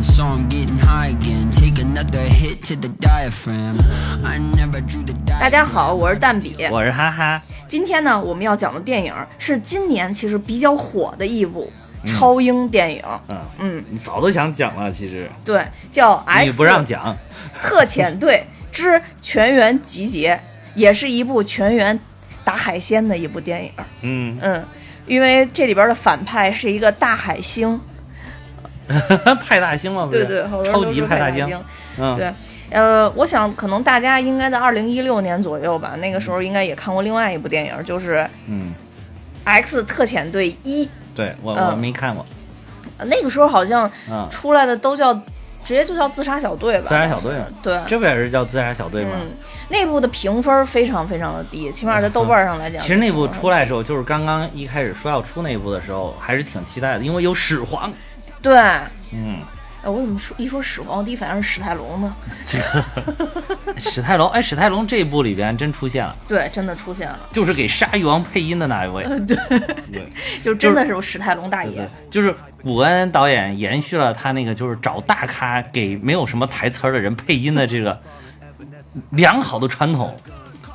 so I'm getting high again. Take another hit to the diaphragm. I never drew the 大 diaphragm. 家好，我是蛋比。 我是哈哈，今天呢，我们要讲的电影是今年其实比较火的一部超英电影，嗯嗯，你早都想讲了，其实对，叫《你 X 不让讲，特遣队之全员集结》，也是一部全员打海鲜的一部电影。嗯，嗯，因为这里边的反派是一个大海星， 派大星嘛，不对是，对，好多人超都级说派大大星星，。嗯，对，呃，我想可能大家应该在二零一六年左右吧，那个时候应该也看过另外一部电影，就是《嗯， X 特遣队一》，对我嗯我没看过，呃那个时候好像嗯，出来的都叫直接就叫自杀小队吧，自杀小队嘛，对，这不也是叫自杀小队吗？嗯，那部的评分非常非常的低，起码在豆瓣上来讲，其实那部出来的时候，就是刚刚一开始说要出那部的时候，还是挺期待的，因为有始皇，对，哎 嗯，我怎么说一说史皇，我第一反应是史泰龙呢？史泰龙，哎，史泰龙这部里边真出现了，对，真的出现了，就是给鲨鱼王配音的那一位，对， 对。 就真的是史泰龙大对爷对，，就是古恩导演延续了他那个就是找大咖给没有什么台词儿的人配音的这个良好的传统。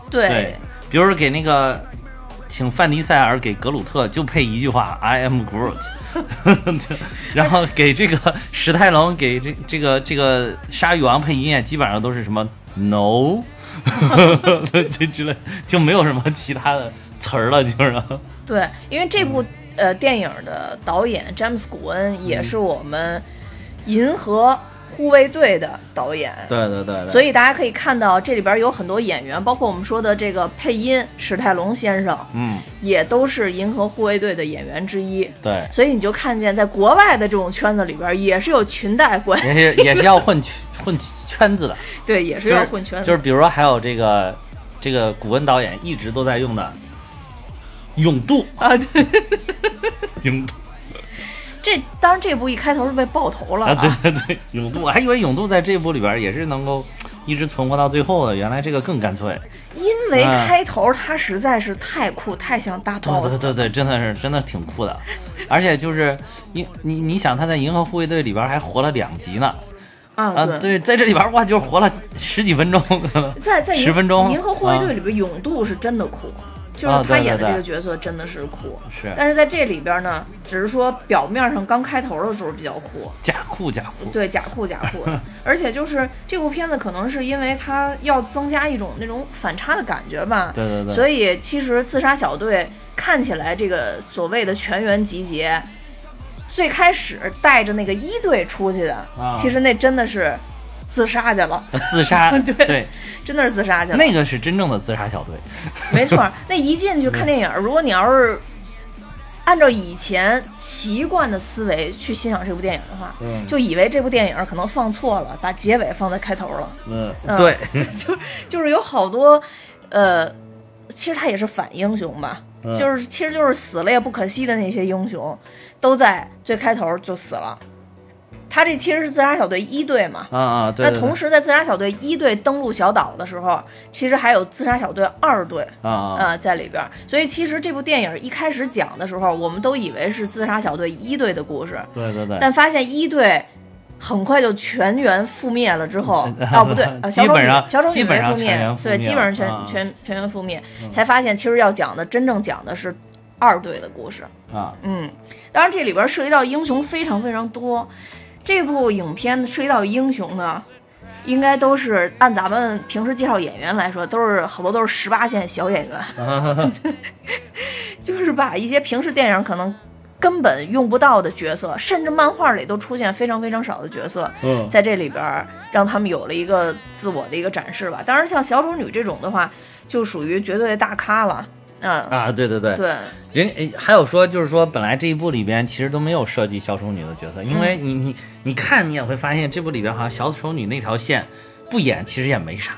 对对，比如说给那个请范迪塞尔给格鲁特就配一句话 “I am Groot”，然 后给这个史泰龙给这这个这个鲨鱼王配音啊也基本上都是什么 “No”，这之类就没有什么其他的词儿了，就是。 对，因为这部呃电影的导演詹姆斯·古恩嗯也是我们银河护卫队的导演，对对对对。所以大家可以看到这里边有很多演员，包括我们说的这个配音史泰龙先生，嗯，也都是银河护卫队的演员之一。对。所以你就看见，在国外的这种圈子里边，也是有裙带关系，也是也是要混圈混圈子的， 对，也是就是要混圈子。就是比如说还有这个这个古文导演一直都在用的永渡啊，对 永渡这当然这部一开头是被爆头了啊，对啊，对对，永渡，我还以为永渡在这部里边也是能够一直存活到最后的，原来这个更干脆。因为啊开头他实在是太酷，太像大 boss 对对对，真的是真的挺酷 的，而且就是你你你想他在银河护卫队里边还活了两集呢啊，啊，对，在这里边哇就是活了十几分钟 可能。在在银10分钟银河护卫队里边，永渡是真的酷，就是啊他对演的对这对个角色真的是酷。是但是在这里边呢，只是说表面上刚开头的时候比较 酷，假酷假酷，对，假酷假酷的。而且就是这部片子可能是因为它要增加一种那种反差的感觉吧，对对对所以其实自杀小队看起来这个所谓的全员集结。最开始带着那个一队出去的，啊其实那真的是自杀去了，自杀 对对，真的是自杀去了。那个是真正的自杀小队，没错儿，那一进去看电影儿，如果你要是按照以前习惯的思维去欣赏这部电影的话，嗯就以为这部电影儿可能放错了，把结尾放在开头了，嗯嗯对，就是有好多，呃，其实他也是反英雄吧，嗯就是其实就是死了也不可惜的那些英雄，都在最开头就死了。他这其实是自杀小队一队嘛，啊啊，对，那对同时在自杀小队一队登陆小岛的时候，其实还有自杀小队二队，对啊啊，呃，在里边儿。所以其实这部电影一开始讲的时候，我们都以为是自杀小队一队的故事，对对嗯对，，但发现一队很快就全员覆灭了。之后 哦，不对，呃小基丑本女上小丑基女没本上覆全员灭覆，对，灭基本上了全啊嗯全全员覆灭，才发现其实要讲的真正讲的是二队的故事。啊，嗯，当然这里边涉及到英雄非常非常多。这部影片涉及到英雄呢，应该都是按咱们平时介绍演员来说，都是好多都是十八线小演员， 就是把一些平时电影可能根本用不到的角色，甚至漫画里都出现非常非常少的角色，嗯在这里边儿让他们有了一个自我的一个展示吧。当然，像小丑女这种的话，就属于绝对大咖了。嗯，啊，对对对，对，人诶还有说就是说，本来这一部里边其实都没有涉及小丑女的角色，因嗯为你你你看你也会发现这部里边好像小丑女那条线不演其实也 没啥。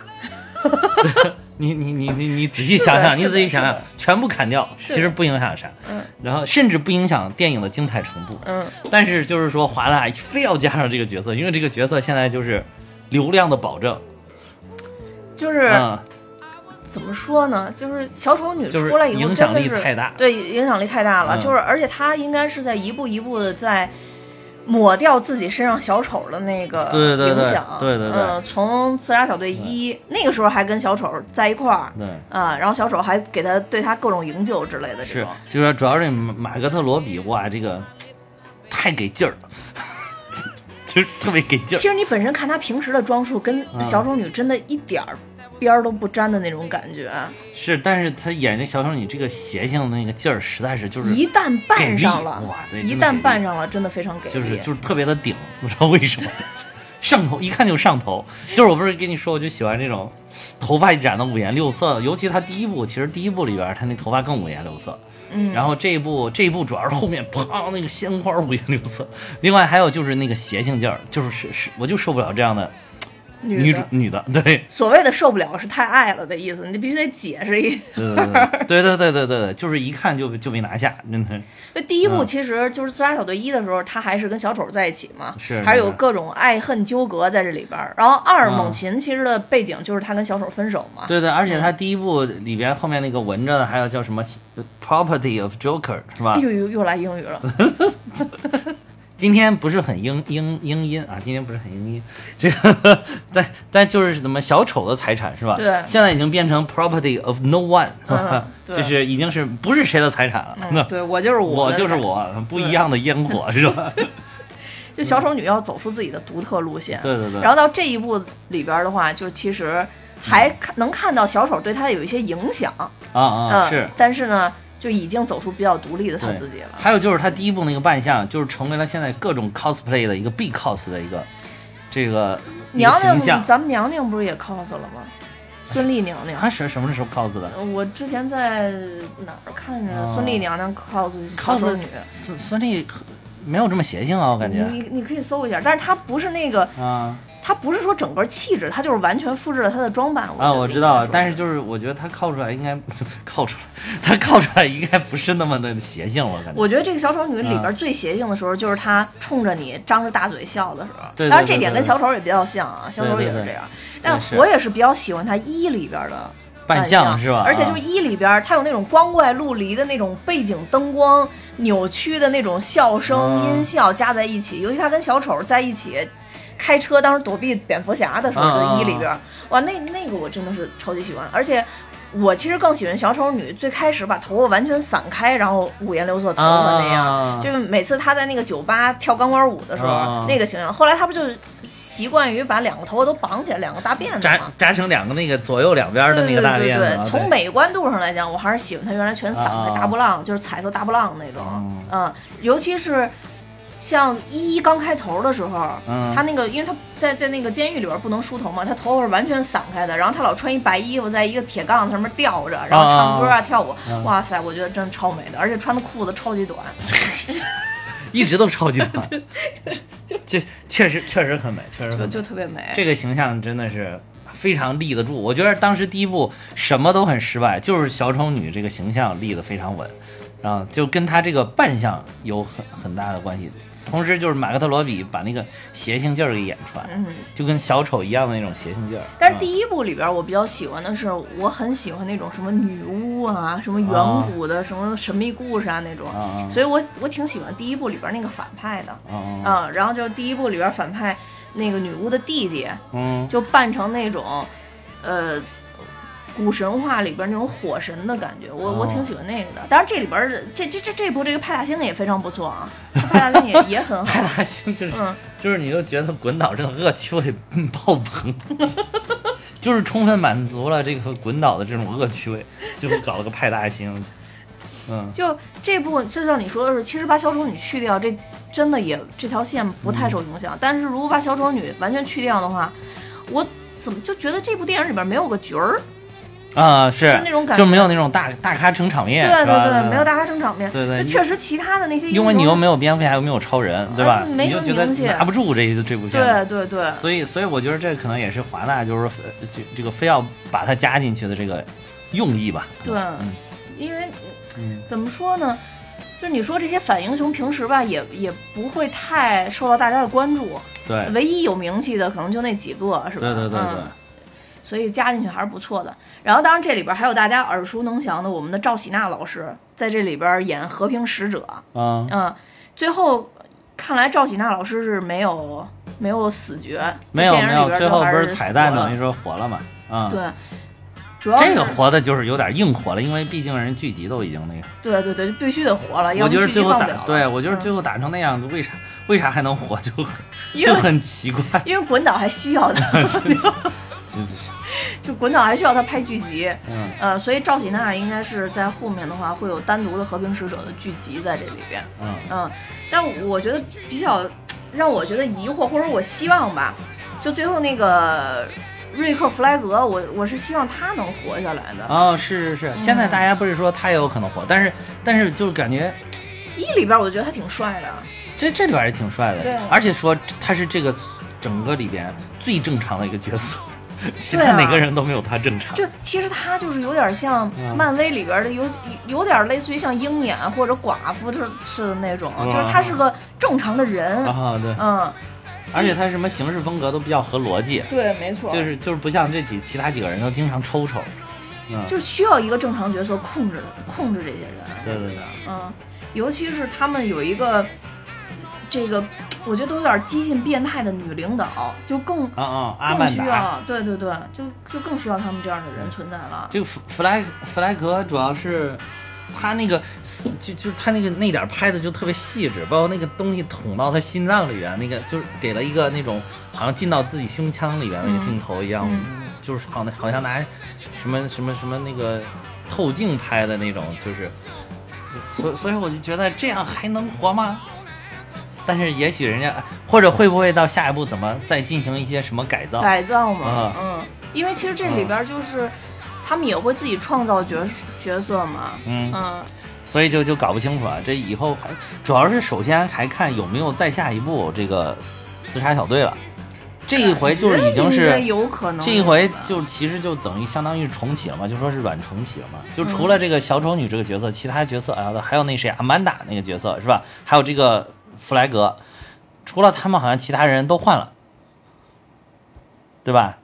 对你你你你你仔细想是的想，你仔是细的想想是的，全部砍掉，是其实不影响啥，嗯然后甚至不影响电影的精彩程度。嗯。但是就是说，华纳非要加上这个角色，因为这个角色现在就是流量的保证。就是、嗯，怎么说呢？就是小丑女就是出来以后，影真响的力是太大对影响力太大了。嗯就是而且她应该是在一步一步的在抹掉自己身上小丑的那个对对对影响，对对对嗯，从自杀小队一那个时候还跟小丑在一块儿，对啊，然后小丑还给他对他各种营救之类的这是种，，就是说主要是这马马格特罗比，哇，这个太给劲儿了， 就是特别给劲儿其。实你本身看他平时的装束跟嗯小丑女真的一点儿边儿都不沾的那种感觉，啊是，但是他演这小丑女这个邪性的那个劲儿，实在是就是一旦给扮力上了，哇塞，一真的给旦力扮上了，真的非常给力，就是就是特别的顶， 不知道为什么，上头一看就上头。就是我不是跟你说，我就喜欢这种头发染的五颜六色的，尤其他第一部，其实第一部里边他那头发更五颜六色。嗯然后这一部这一部主要是后面砰那个鲜花五颜六色，另外还有就是那个邪性劲儿，就是是是我就受不了这样的女女主的。女的，对，所谓的受不了是太爱了的意思，你必须得解释一下。 呃 对对对对对对，就是一看就就没拿下，真的就第一部嗯其实就是《自杀小队一》的时候，他还是跟小丑在一起嘛，是还是有是各种爱恨纠葛在这里边儿。然后二嗯猛禽其实的背景就是他跟小丑分手嘛，对对，而且他第一部里边后面那个闻着的还有叫什么呃 Property of Joker 是吧？又又哎又来英语 了，今天不是很英英英音啊，今天不是很英音，这个但但就是怎么小丑的财产是吧？对嗯现在已经变成 property of no one，是吧、对就是已经是不是谁的财产了？那嗯，对我就是 我我的就是感觉，我，不一样的烟火是吧？就小丑女要走出自己的独特路线。对对对然后到这一部里边儿的话，就是其实还看能看到小丑对他有一些影响， 啊啊、嗯，是。但是呢，就已经走出比较独立的他对自己了。还有就是他第一部那个扮相，就是成为了现在各种 cosplay 的一个必 cos 的一个这个一个娘形娘，象。咱们娘娘不是也 cos 了吗？孙俪娘娘。他是什么时候 cos 的呃我之前在哪儿看见的哦孙俪娘娘 cos 小丑？cos 女？孙孙俪没有这么邪性啊，我感觉你你可以搜一下，但是她不是那个，啊。她不是说整个气质，她就是完全复制了她的装扮。啊，我知道，但是就就是我觉得他靠出来应该 靠出来，他靠出来应该不是那么的邪性，我感觉。我觉得这个小丑女里边嗯最邪性的时候，就是她冲着你张着大嘴笑的时候。对对当然这对点对跟对小丑也比较像啊，小丑对也对是对这样。但是我也是比较喜欢她一里边的。扮相相是吧啊而且就是一里边儿，它有那种光怪陆离的那种背景灯光、扭曲的那种笑声、嗯音效加在一起，尤其他跟小丑在一起开车，当时躲避蝙蝠侠的时候，嗯就一里边儿，哇，那那个我真的是超级喜欢，而且。我其实更喜欢小丑女最开始把头发完全散开，然后五颜六色头发那样，啊就是每次她在那个酒吧跳钢管舞的时候，啊那个形象。后来她不就习惯于把两个头发都绑起来，两个大辫子扎吗？扎成两个那个左右两边的那个大对对辫子对啊，对，从美观度上来讲，我还是喜欢它原来全散啊开啊大波浪，就是彩色大波浪那种。嗯嗯，尤其是像一刚开头的时候，嗯他那个因为他在在那个监狱里边不能梳头嘛，他头发是完全散开的，然后他老穿一白衣服，在一个铁杠子上面吊着，然后唱歌啊啊跳舞，嗯哇塞，我觉得真的超美的，而且穿的裤子超级短，一直都超级短，这确实确实很美，确实很就美就特别美。这个形象真的是非常立得住。我觉得当时第一部什么都很失败，就是小丑女这个形象立得非常稳，啊，就跟她这个扮相有很很大的关系。同时就是马克特罗比把那个邪性劲儿给演出来，嗯，就跟小丑一样的那种邪性劲儿。但是一第一部里边，我比较喜欢的是，我很喜欢那种什么女巫啊，什么远古的、什么神秘故事啊那种，啊啊所以我我挺喜欢第一部里边那个反派的，嗯嗯嗯，然后就是第一部里边反派那个女巫的弟弟，嗯就扮成那种，呃。古神话里边那种火神的感觉，我我哦挺喜欢那个的。当然这里边儿这这这这部这个派大星也非常不错啊，派大星也也很好派。大星就是、嗯就是你就觉得滚岛这个恶趣味嗯爆棚，就是充分满足了这个滚岛的这种恶趣味，最后搞了个派大星，嗯，就这部，就像你说的是，其实把小丑女去掉，这真的也这条线不太受影响。但是如果把小丑女完全去掉的话，我怎么就觉得这部电影里边没有个角儿？啊，是，就那种感就觉没有那种大大咖撑场面，对是对吧对，没有大咖撑场面。对对就确实其他的那些英雄，因为你又没有蝙蝠侠，又没有超人，对吧？嗯没你就什么觉得名气拿不住这一这部片子。对对对，所以，所以我觉得这可能也是华纳就是说呃这这个非要把它加进去的这个用意吧。对嗯因为嗯怎么说呢？就是你说这些反英雄平时吧，也也不会太受到大家的关注，对唯一有名气的可能就那几个，是吧？对对对对嗯所以加进去还是不错的。然后当然这里边还有大家耳熟能详的我们的赵喜娜老师在这里边演和平使者，嗯嗯，最后看来赵喜娜老师是没有没有死绝，没有在电没影里有，边最就后还不是彩蛋活了等于说活了嘛？啊、对，主要这个是活的就是有点硬活了，因为毕竟人剧集都已经那个。对对对，就必须得活了，要我不觉得剧最集后放打不了了。对我觉得嗯最后打成那样子，为啥为啥还能活就因就为很奇怪。 因为滚导还需要他，真的是 就滚导还需要他拍剧集。嗯，呃，所以赵喜娜应该是在后面的话会有单独的《和平使者》的剧集在这里边。嗯嗯，但我觉得比较让我觉得疑惑，或者我希望吧，就最后那个瑞克·弗莱格，我我是希望他能活下来的。哦，是是嗯是，现在大家不是说他也有可能活，但是但是就是感觉一里边我觉得他挺帅的，这这里边还是挺帅对的，而且说他是这个整个里边最正常的一个角色，其对他啊哪个人都没有他正常。就其实他就是有点像嗯漫威里边的，有有点类似于像鹰眼或者寡妇这似的那种，就是他是个正常的人。嗯啊，对，嗯，而且他什么行事风格都比较合逻辑，对，没错，就是就是不像这几其他几个人都经常抽抽。嗯，就是需要一个正常角色控制控制这些人。对对对，嗯，尤其是他们有一个这个，我觉得都有点接近变态的女领导，就更啊啊，阿更曼需达。要，对对对，就就更需要他们这样的人存在了。这个弗弗莱弗莱格主要是他那个就就是他那个那点儿拍的就特别细致，包括那个东西捅到他心脏里边，那个就是给了一个那种好像进到自己胸腔里边那个镜头一样，嗯就是好像好像拿什么什么什么那个透镜拍的那种，就是所所以我就觉得这样还能活吗？但是也许人家或者会不会到下一步怎么再进行一些什么改造？改造嘛啊，嗯，因为其实这里边就是他们也会自己创造角角色嘛，嗯嗯，所以就就搞不清楚啊。这以后还主要是首先还看有没有再下一步这个自杀小队了。这一回就是已经应该是有可能这一回有吧就其实就等于相当于重启了嘛，就说是软重启了嘛。就除了这个小丑女这个角色，其他角色啊还有那谁阿曼达那个角色是吧？还有这个弗莱格，除了他们好像其他人都换了，对吧？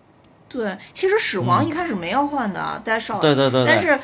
对，其实始皇一开始没要换的，啊戴少、嗯对对对对但是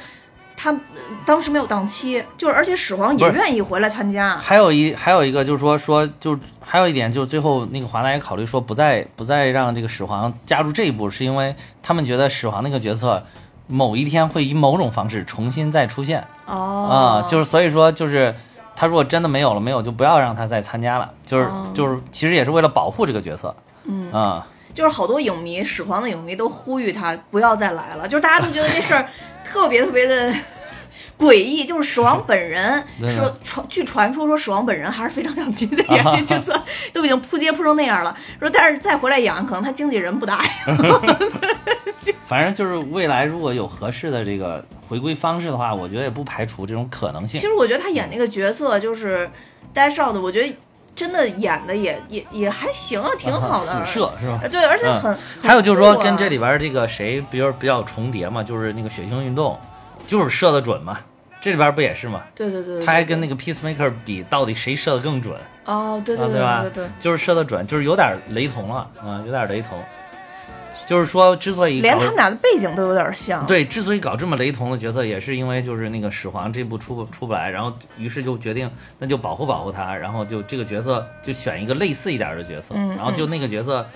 他呃当时没有档期，就是而且始皇不也是愿意回来参加，还有一还有一个就是说说就还有一点就是最后那个华纳也考虑说不再不再让这个始皇加入这一步，是因为他们觉得始皇那个角色某一天会以某种方式重新再出现哦啊、就是所以说就是他如果真的没有了没有就不要让他再参加了，就是哦就是其实也是为了保护这个角色，嗯啊就是好多影迷，始皇的影迷都呼吁他不要再来了，就是大家都觉得这事儿特别特别的 诡异，就是始皇本人对的说传，据传说说始皇本人还是非常想亲自啊演这角色，都已经扑街扑成那样了，说但是再回来演，可能他经纪人不答 应，反正就是未来如果有合适的这个回归方式的话，我觉得也不排除这种可能性其。实我觉得他演那个角色就是呆少的，我觉得真的演的也也也还行啊，挺好的。啊死射是吧呃？对，而且嗯很、还有就是很说，酷啊跟这里边这个谁比较比较重叠嘛，就是那个血腥运动，就是射的准嘛，这里边不也是嘛？对对对对，他还跟对那个 Peacemaker 比，到底谁射的更准啊？哦，对对对吧？对对，就是射的准，就是有点雷同了，嗯，有点雷同。就是说，之所以连搞他们俩的背景都有点像。对，之所以搞这么雷同的角色，也是因为就是那个始皇这部出不出不来，然后于是就决定那就保护保护他，然后就这个角色就选一个类似一点儿的角色，嗯然后就那个角色。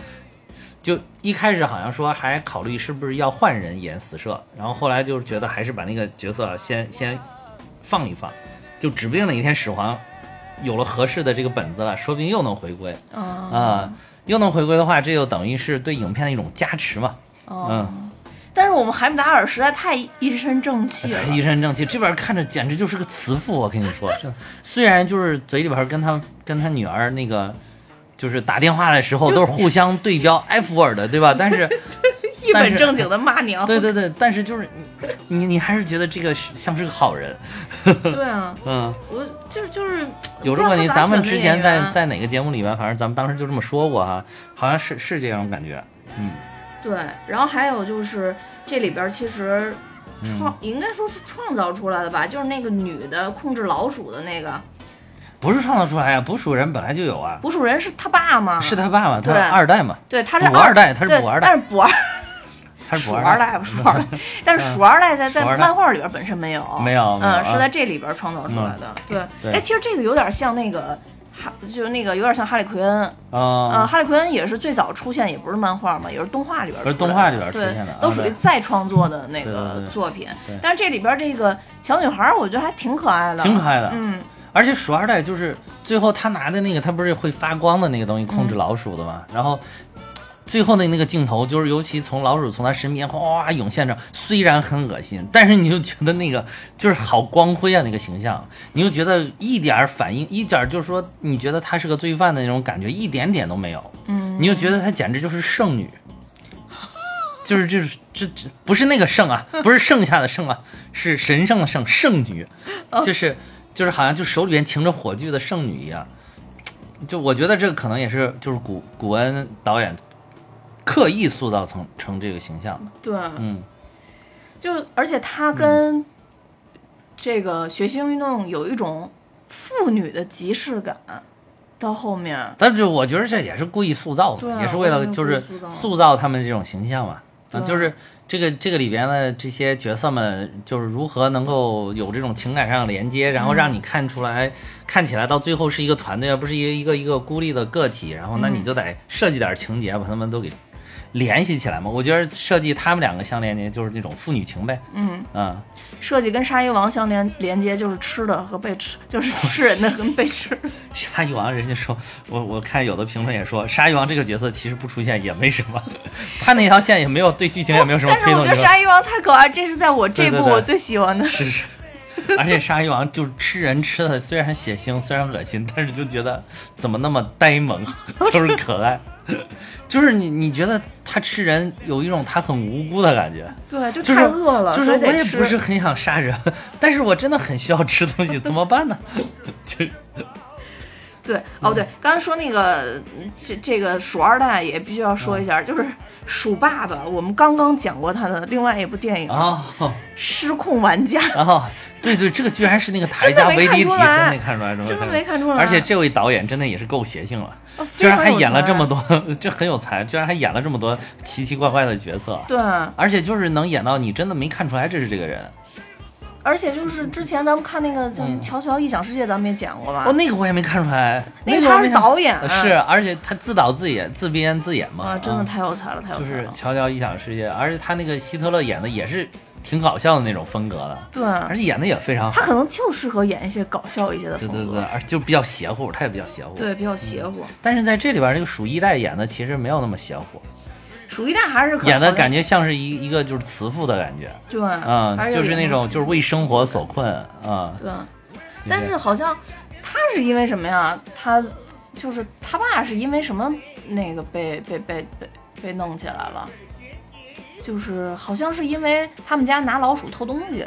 就一开始好像说还考虑是不是要换人演死射，然后后来就是觉得还是把那个角色先先放一放，就指不定哪一天始皇有了合适的这个本子了，说不定又能回归啊、啊、又能回归的话，这就等于是对影片的一种加持嘛。哦嗯，但是我们海姆达尔实在太一身正气了对，。哎一身正气，这边看着简直就是个慈父，我跟你说，真的虽然就是嘴里边跟他跟他女儿那个。就是打电话的时候都是互相对标 F word，对吧？但是，一但本是正经的骂娘。对对对，但是就是你你你还是觉得这个是像是个好人， 对啊，嗯，我就是就是有这个问不知题，道他咋咱们选的啊之前演在员在哪个节目里面，反正咱们当时就这么说过哈，好像是是这种感觉，对，然后还有就是这里边其实嗯创、应该说是创造出来的吧，就是那个女的控制老鼠的那个不是创造出来呀、捕鼠人本来就有啊，捕鼠人是他爸吗？是他爸爸，他啊对二代嘛，对，他是捕二代他是对捕二代但是捕二 他是鼠捕二 代吧，鼠二代，但是鼠二代在在鼠二代漫画里边本身没有，没有没有嗯，啊嗯是在这里边创造出来的。对，对哎，其实这个有点像那个哈，就是那个有点像哈利奎恩，呃，啊，哈利奎恩也是最早出现，也不是漫画嘛，也是动画里边儿出而来的，动画里边儿出对现的啊都属于对再创作的那对对个对作品对。但是这里边儿这个小女孩儿，我觉得还挺可爱的，挺可爱的。嗯，而且鼠二代就是最后他拿的那个，他不是会发光的那个东西控制老鼠的嘛？然后最后的那个镜头，就是尤其从老鼠从他身边哗哗哗涌现着，虽然很恶心，但是你就觉得那个就是好光辉啊，那个形象，你就觉得一点儿反应，一点儿就是说你觉得他是个罪犯的那种感觉，一点点都没有。嗯，你就觉得他简直就是圣女。就是就是这这不是那个圣啊，不是剩下的圣啊，是神圣的圣圣女，就是就是好像就手里边擎着火炬的圣女一样。就我觉得这个可能也是就是古古恩导演刻意塑造成成这个形象的。对，嗯，就而且她跟这个学习运动有一种妇女的即视感，到后面，但是我觉得这也是故意塑造的，对啊也是为了我觉得就是故意塑造塑造他们这种形象嘛。啊，对就是这个这个里边的这些角色们，就是如何能够有这种情感上的连接，然后让嗯你看出来，看起来到最后是一个团队，而不是一个一个一个孤立的个体。然后那嗯你就得设计点情节，把他们都给联系起来嘛。我觉得设计他们两个相连接，就是那种父女情呗。嗯，嗯，设计跟鲨鱼王相连连接，就是吃的和被吃， 就是吃人的和被吃。鲨鱼王，人家说我我看有的评论也说，鲨鱼王这个角色其实不出现也没什么， 他那条线也没有对剧情也没有什么哦但是推我动觉得作用。鲨鱼王太可爱，这是在我这对对部对我最喜 欢的。是是，而且鲨鱼王就是吃人吃的，虽然血腥，虽然恶心，但是就觉得怎么那么呆萌， 就是可爱，就是你你觉得他吃人有一种他很无辜的感觉，对，就就是太饿了，就是所以我得也吃。不是很想杀人， 但是我真的很需要吃东西，怎么办呢？ 就对，哦嗯对，刚才说那个嗯这这个鼠二代也必须要说嗯一下，就是鼠爸爸，我们刚刚讲过他的另外一部电影《啊。失控玩 家》，然后，对对，这个居然是那个台真的加没维看迪体，出真来没看出来，真的没看出来而且这位导演真的也是够邪性了，呃居然非还常有演了才这么多， 这很有才，居然还演了这么多奇奇怪怪的角色。对，啊而且就是能演到你真的没看出来这是这个人。而且嗯就是之前咱们看那个叫《乔乔异想世界》，咱们也讲过吧？哦，那个我也没看出来，那个我他没是看导演呃是，而且他自导自演、自编自演嘛。啊，真的嗯太有才了，太有就才是了。乔乔异想世界，而且他那个希特勒演的也是挺搞笑的那种风格的，对，而且演的也非常好啊他。可能就适合演一些搞笑一些的对风对对，格，而就比较邪乎，他也比较邪乎。对，比较邪乎。但是在这里边，这个鼠一代演的其实没有那么邪乎，鼠一代还是可演的好像感觉像是一一个就是慈父的感觉，对，嗯还，就是那种有就是为生活所困啊。对，对但是好像他是因为什么呀？他就是他爸是因为什么那个被被被被被弄起来了？就是好像是因为他们家拿老鼠偷东西，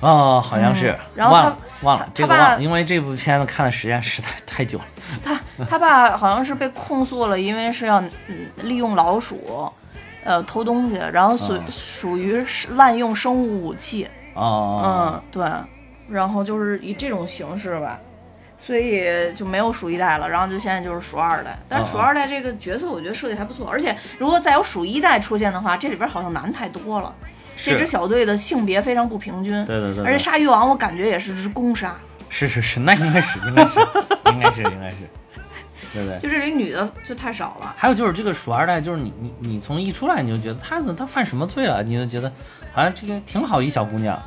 哦，好像是嗯，然后忘了他忘了他这个他忘爸了，因为这部片子看的时间实在太久了。他他爸好像是被控诉了，因为是要嗯利用老鼠，呃偷东西，然后属、嗯属于是滥用生物武器，哦，嗯对，然后就是以这种形式吧，所以就没有数一代了，然后就现在就是数二代，但是数嗯嗯二代这个角色我觉得设计还不错，而且如果再有数一代出现的话，这里边好像男太多了，这支是，小队的性别非常不平均，对对对对而且鲨鱼王我感觉也是只公鲨。是是是，那应该是应该是应该是应该是，对不对？就这里女的就太少了，还有就是这个鼠二代，就是你你你从一出来你就觉得他怎么他犯什么罪了，你就觉得好像这个挺好一小姑娘，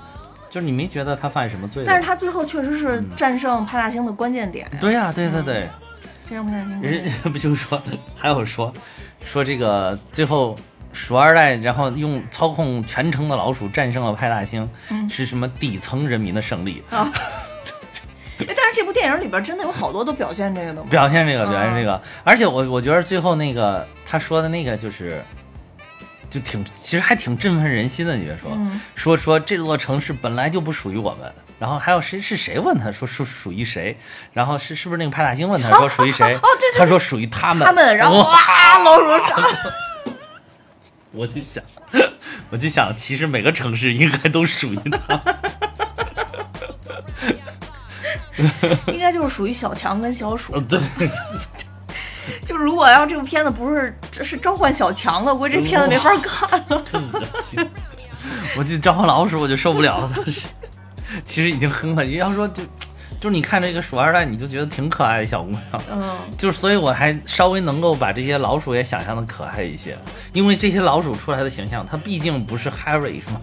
就是你没觉得她犯什么罪的。但是她最后确实是战胜派大星的关键点呀，嗯对呀、对对对，战胜派大星的关键人 点。人不就说还有说说这个最后鼠二代，然后用操控全城的老鼠战胜了派大星，嗯是什么底层人民的胜利？哎，但是这部电影里边真的有好多都表现这个的嘛，表现这个，表现这个，哦而且我我觉得最后那个他说的那个就是。就挺，其实还挺振奋人心的。你别说，嗯说说这座城市本来就不属于我们，然后还有谁是谁问他说属属于谁，然后是是不是那个派大星问他说属于谁？哦对对他说属于他们，他们然后哇哇老鼠上，我就想， 我就想，其实每个城市应该都属于他。应该就是属于小强跟小鼠。对，就是如果要这部片子不是这是召唤小强的，我估计这片子没法看了。更恶心。 我就招老鼠，我就受不了了。当时其实已经哼了，要说就就是你看这个鼠二代，你就觉得挺可爱的小姑娘。 嗯，就是，所以我还稍微能够把这些老鼠也想象的可爱一些，因为这些老鼠出来的形象，它毕竟不是 Harry 是吗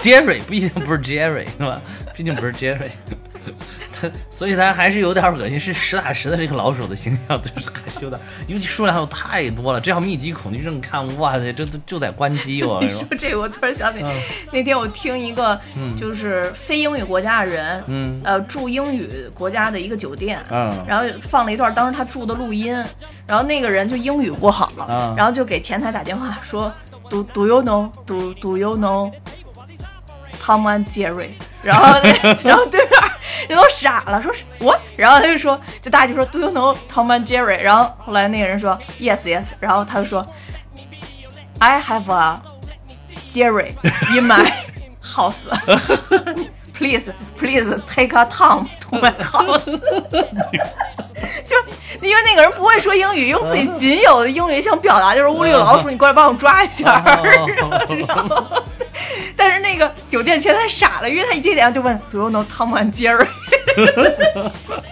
？Jerry 毕竟不是 Jerry 是吧？毕竟不是 Jerry，它所以它还是有点恶心，是实打实的这个老鼠的形象， 就是还是有点，尤其数量又太多了，这要密集恐惧症看，哇塞，这都就得关机，我跟你你说 说。这个，我突然想起、嗯那天我听一个就是非英语国家的人，嗯呃，住英语国家的一个酒店， 嗯然后放了一段当时他住的录音，然后那个人就英语不好，嗯然后就给前台打电话说，Do Do you know Do Do you know Tom and Jerry？然后那 然后对面人都傻了，说是我，然后他就说，就大家就说 Do you know Tom and Jerry？然后后来那个人说 Yes Yes，然后他就说 I have a Jerry in my house 。Please, please take a Tom to my house 就是因为那个人不会说英语，用自己嗯仅有的英语想表达，就是屋里有老鼠，你过来帮我抓一下哦儿。然后， 但是那个酒店前台傻了，因为他一接电话就问 Do you know Tom and Jerry？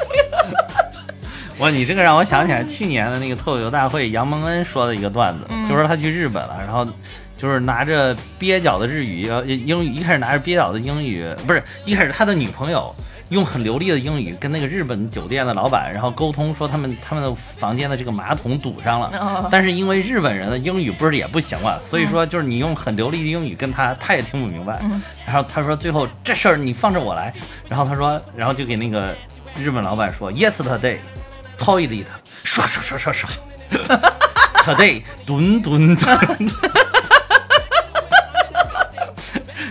哇，你这个让我想起来去年的那个脱口秀大会，杨蒙恩说的一个段子，就说他去日本了，然后就是拿着蹩脚的日语、呃英语，一开始拿着蹩脚的英语，不是一开始他的女朋友。用很流利的英语跟那个日本酒店的老板，然后沟通说他们他们的房间的这个马桶堵上了，哦 但是因为日本人的英语不是也不行嘛，所以说就是你用很流利的英语跟他，他也听不明白。然后他说最后这事儿你放着我来，然后他说，然后就给那个日本老板说，yesterday toilet 刷刷刷刷 刷，today 吨吨吨。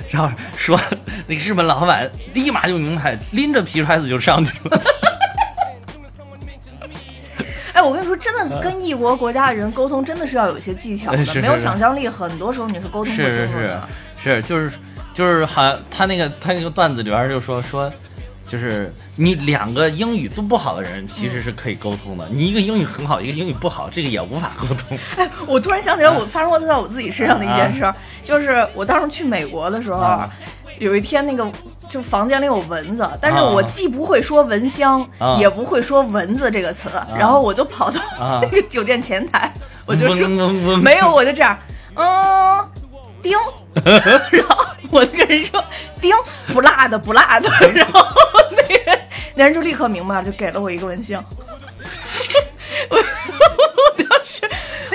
然后说，那个日本老板立马就明白，拎着皮揣子就上去了。哎，我跟你说，真的是跟异国国家的人沟通，真的是要有一些技巧的，是嗯哎是是没有想象力，很多时候你是沟通不是是清楚是的。是，就是就是好像他那个他那个段子里边儿就说说，就是你两个英语都不好的人其实是可以沟通的，你一个英语很好，一个英语不好，这个也无法沟通。哎，我突然想起来，我嗯发生过在我自己身上的一件事儿，就是我当时去美国的时候，啊有一天那个就房间里有蚊子，但是啊我既不会说蚊香，啊也不会说蚊子这个词，然后我就跑到啊 那个酒店前台， 我就说嗡嗡嗡没有，我就这样，嗯， 丁，然后我就跟人说丁不辣的不辣的，然后那人那人就立刻明白了，就给了我一个蚊香。 我我当时，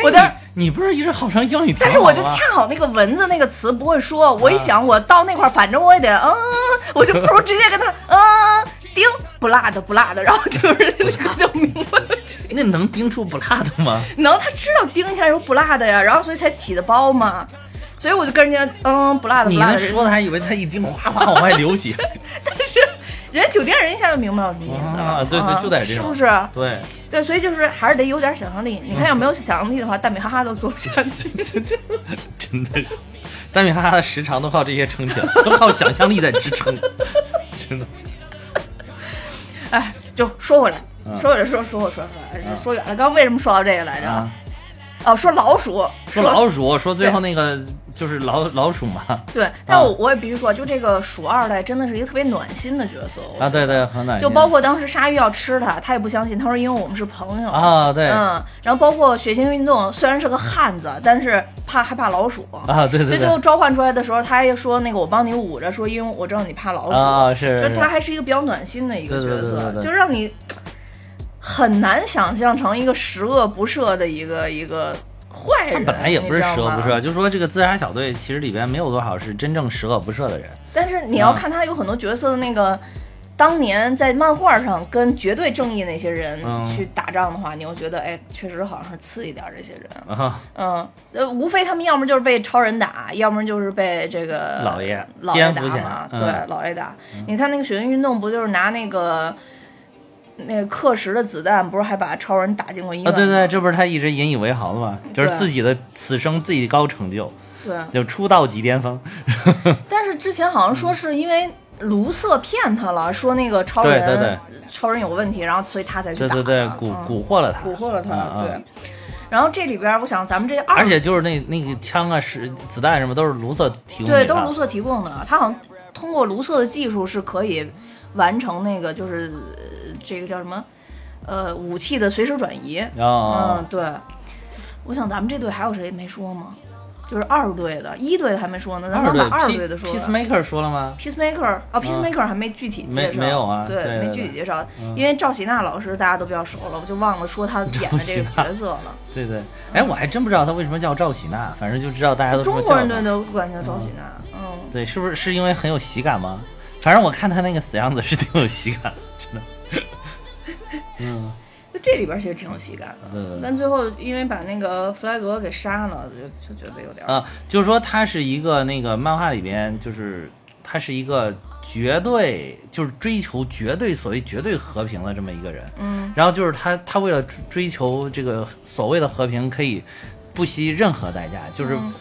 我当时。你不是一直号称英语挺但好吗？是我就恰好那个蚊子那个词不会啊说，我一想我到那块儿，反正我也得嗯，我就不如直接跟他嗯叮不辣的不辣的，然后就是 立刻就明白了，那能盯出不辣的吗？能他知道叮一下有不辣的呀，然后所以才起的包嘛，所以我就跟人家嗯 不辣的你不辣那的，说的还以为他一盯哗哗往外流血 但是人家酒店人一下就明白我的意思了啊！对啊对，就得是这样，不是？对，对，所以就是还是得有点想象力。你看，要没有想象力的话，蛋米哈哈都做不下 去。真的是。但米哈哈的时长都靠这些撑起来，都靠想象力在支撑， 真的。哎，就说回来，嗯说回来，说说说说说嗯说远了。刚刚为什么说到这个来着？啊哦，说老鼠，说老鼠，说最后那个就是老老鼠嘛，对，但我我也必须说，就这个鼠二代真的是一个特别暖心的角色。啊，对对，很暖心。就包括当时鲨鱼要吃它，它也不相信，他说因为我们是朋友。啊，对啊，嗯，然后包括血腥运动，虽然是个汉子，但是怕害怕老鼠。对所啊对以最后对，召唤出来的时候，他也说那个我帮你捂着，说因为我知道你怕老鼠。啊是就是是他还是一个比较暖心的一个角对对色，对对对就让你很难想象成一个十恶不赦的一个一个坏他人。本来也不是十恶不你知道赦，吗，就说这个自杀小队其实里边没有多少是真正十恶不赦的人。但是你要看他有很多角色的那个。当年在漫画上跟绝对正义那些人嗯去打仗的话，你又觉得哎，确实好像是次一点儿这些人，啊，嗯，呃，无非他们要么就是被超人打，要么就是被这个老爷呃老爷蝙打蝠嘛侠，对嗯，老爷打。你看那个雪人运动，不就是拿那个那个克什的子弹，不是还把超人打进过医院啊，吗？对对，这不是他一直引以为豪的吗？就是对自己的此生最高成就，对就出道即巅峰。但是之前好像说是因为卢瑟骗他了，说那个超对人对对超人有问题，然后所以他才去对打他。对对，蛊嗯蛊惑了他，蛊惑了他，嗯嗯对。然后这里边，我想咱们这二而且就是那那个枪啊、是子弹什么都是卢瑟提供对，给都是他卢瑟提供的。他好像通过卢瑟的技术是可以完成那个就是呃这个叫什么，呃，武器的随时转移。啊嗯，，对。我想咱们这队还有谁没说吗？就是二队的，一队的还没说呢，咱们二队把二 Pe- 队的说了。 Peacemaker 说了吗？ Peacemaker 啊，Peacemaker 还没具体没介绍，没有啊对，对对嗯没具体介绍，因为赵喜娜老师大家都比较熟了，我就忘了说她演的这个角色了。对对，哎，我还真不知道他为什么叫赵喜娜，反正就知道大家都这么中叫国人 她队都管叫赵喜娜，嗯，对，是不是是因为很有喜感吗？反正我看他那个死样子是挺有喜感的，真的。嗯，就这里边其实挺有喜感的。对对对但最后因为把那个弗莱格给杀了，就就觉得有点儿，啊，就是说他是一个那个漫画里边，就是他是一个绝对就是追求绝对所谓绝对和平的这么一个人。嗯，然后就是他他为了追追求这个所谓的和平，可以不惜任何代价，就是嗯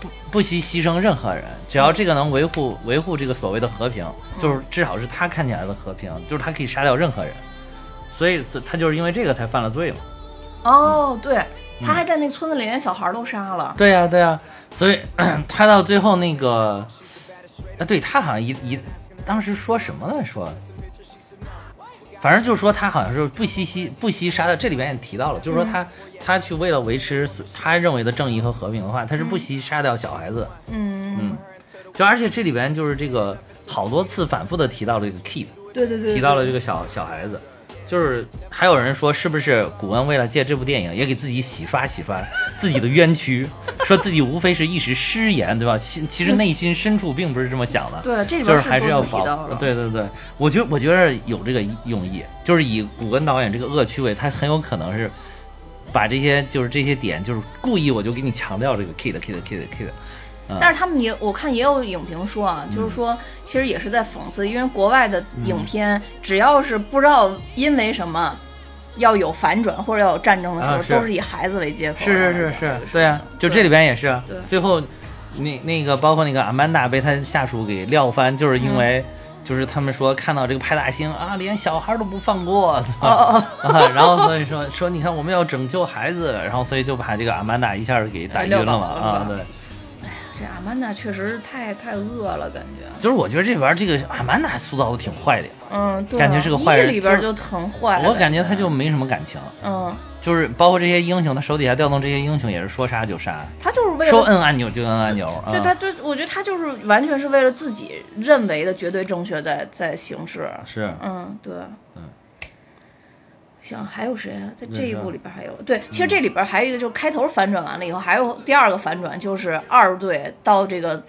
不不惜牺牲任何人，只要这个能维护维护这个所谓的和平，嗯就是至少是他看起来的和平，就是他可以杀掉任何人。所以，所以他就是因为这个才犯了罪嘛。哦，对，他嗯还在那村子里连小孩都杀了，对呀、对呀、所以 他到最后那个，啊，对他好像一一当时说什么来说，反正就是说他好像是不惜惜不惜杀的，这里边也提到了，就是说他、他去为了维持他认为的正义和和平的话，他是不惜杀掉小孩子，嗯，就而且这里边就是这个好多次反复的提到了这个 kid，对对对，对提到了这个小小孩子，就是还有人说是不是古恩为了借这部电影也给自己洗刷洗刷自己的冤屈， 说自己无非是一时失言，对吧？其其实内心深处并不是这么想的。对这里就边是还是多要次提到保，了，对对对，我觉得我觉得有这个用意，就是以古根导演这个恶趣味，他很有可能是把这些就是这些点，就是故意我就给你强调这个 kid kid kid kid，但是他们也，我看也有影评说啊，嗯就是说，其实也是在讽刺，因为国外的影嗯片，只要是不知道因为什么要有反转或者要有战争的时候，啊是都是以孩子为借口。是是是然后是讲，对啊，就这里边也是啊哦对，最后那那个包括那个阿曼达被他下属给撂翻，就是嗯因为、就是他们说看到这个派大星啊，连小孩都不放过，对吧哦哦 啊，然后所以说说你看我们要拯救孩子，然后所以就把这个阿曼达一下给打晕了嘛哎撂倒了啊，对，这阿曼达确实太太恶了，感觉。就是我觉得这玩意儿这个阿曼达塑造的挺坏的，嗯，对啊、感觉是个坏人一里边就很坏了。我感觉他就没什么感情，嗯，就是包括这些英雄，他手底下调动这些英雄也是说杀就杀，他就是为说了。摁按钮就摁按钮，啊就啊他，就我觉得他就是完全是为了自己认为的绝对正确在在行事。是。嗯，对，嗯。行，还有谁啊？在这对一是吧部里边还有，对，其嗯实这里边还有一个，就是开头反转完了以后，还有第二个反转，就是二队到这个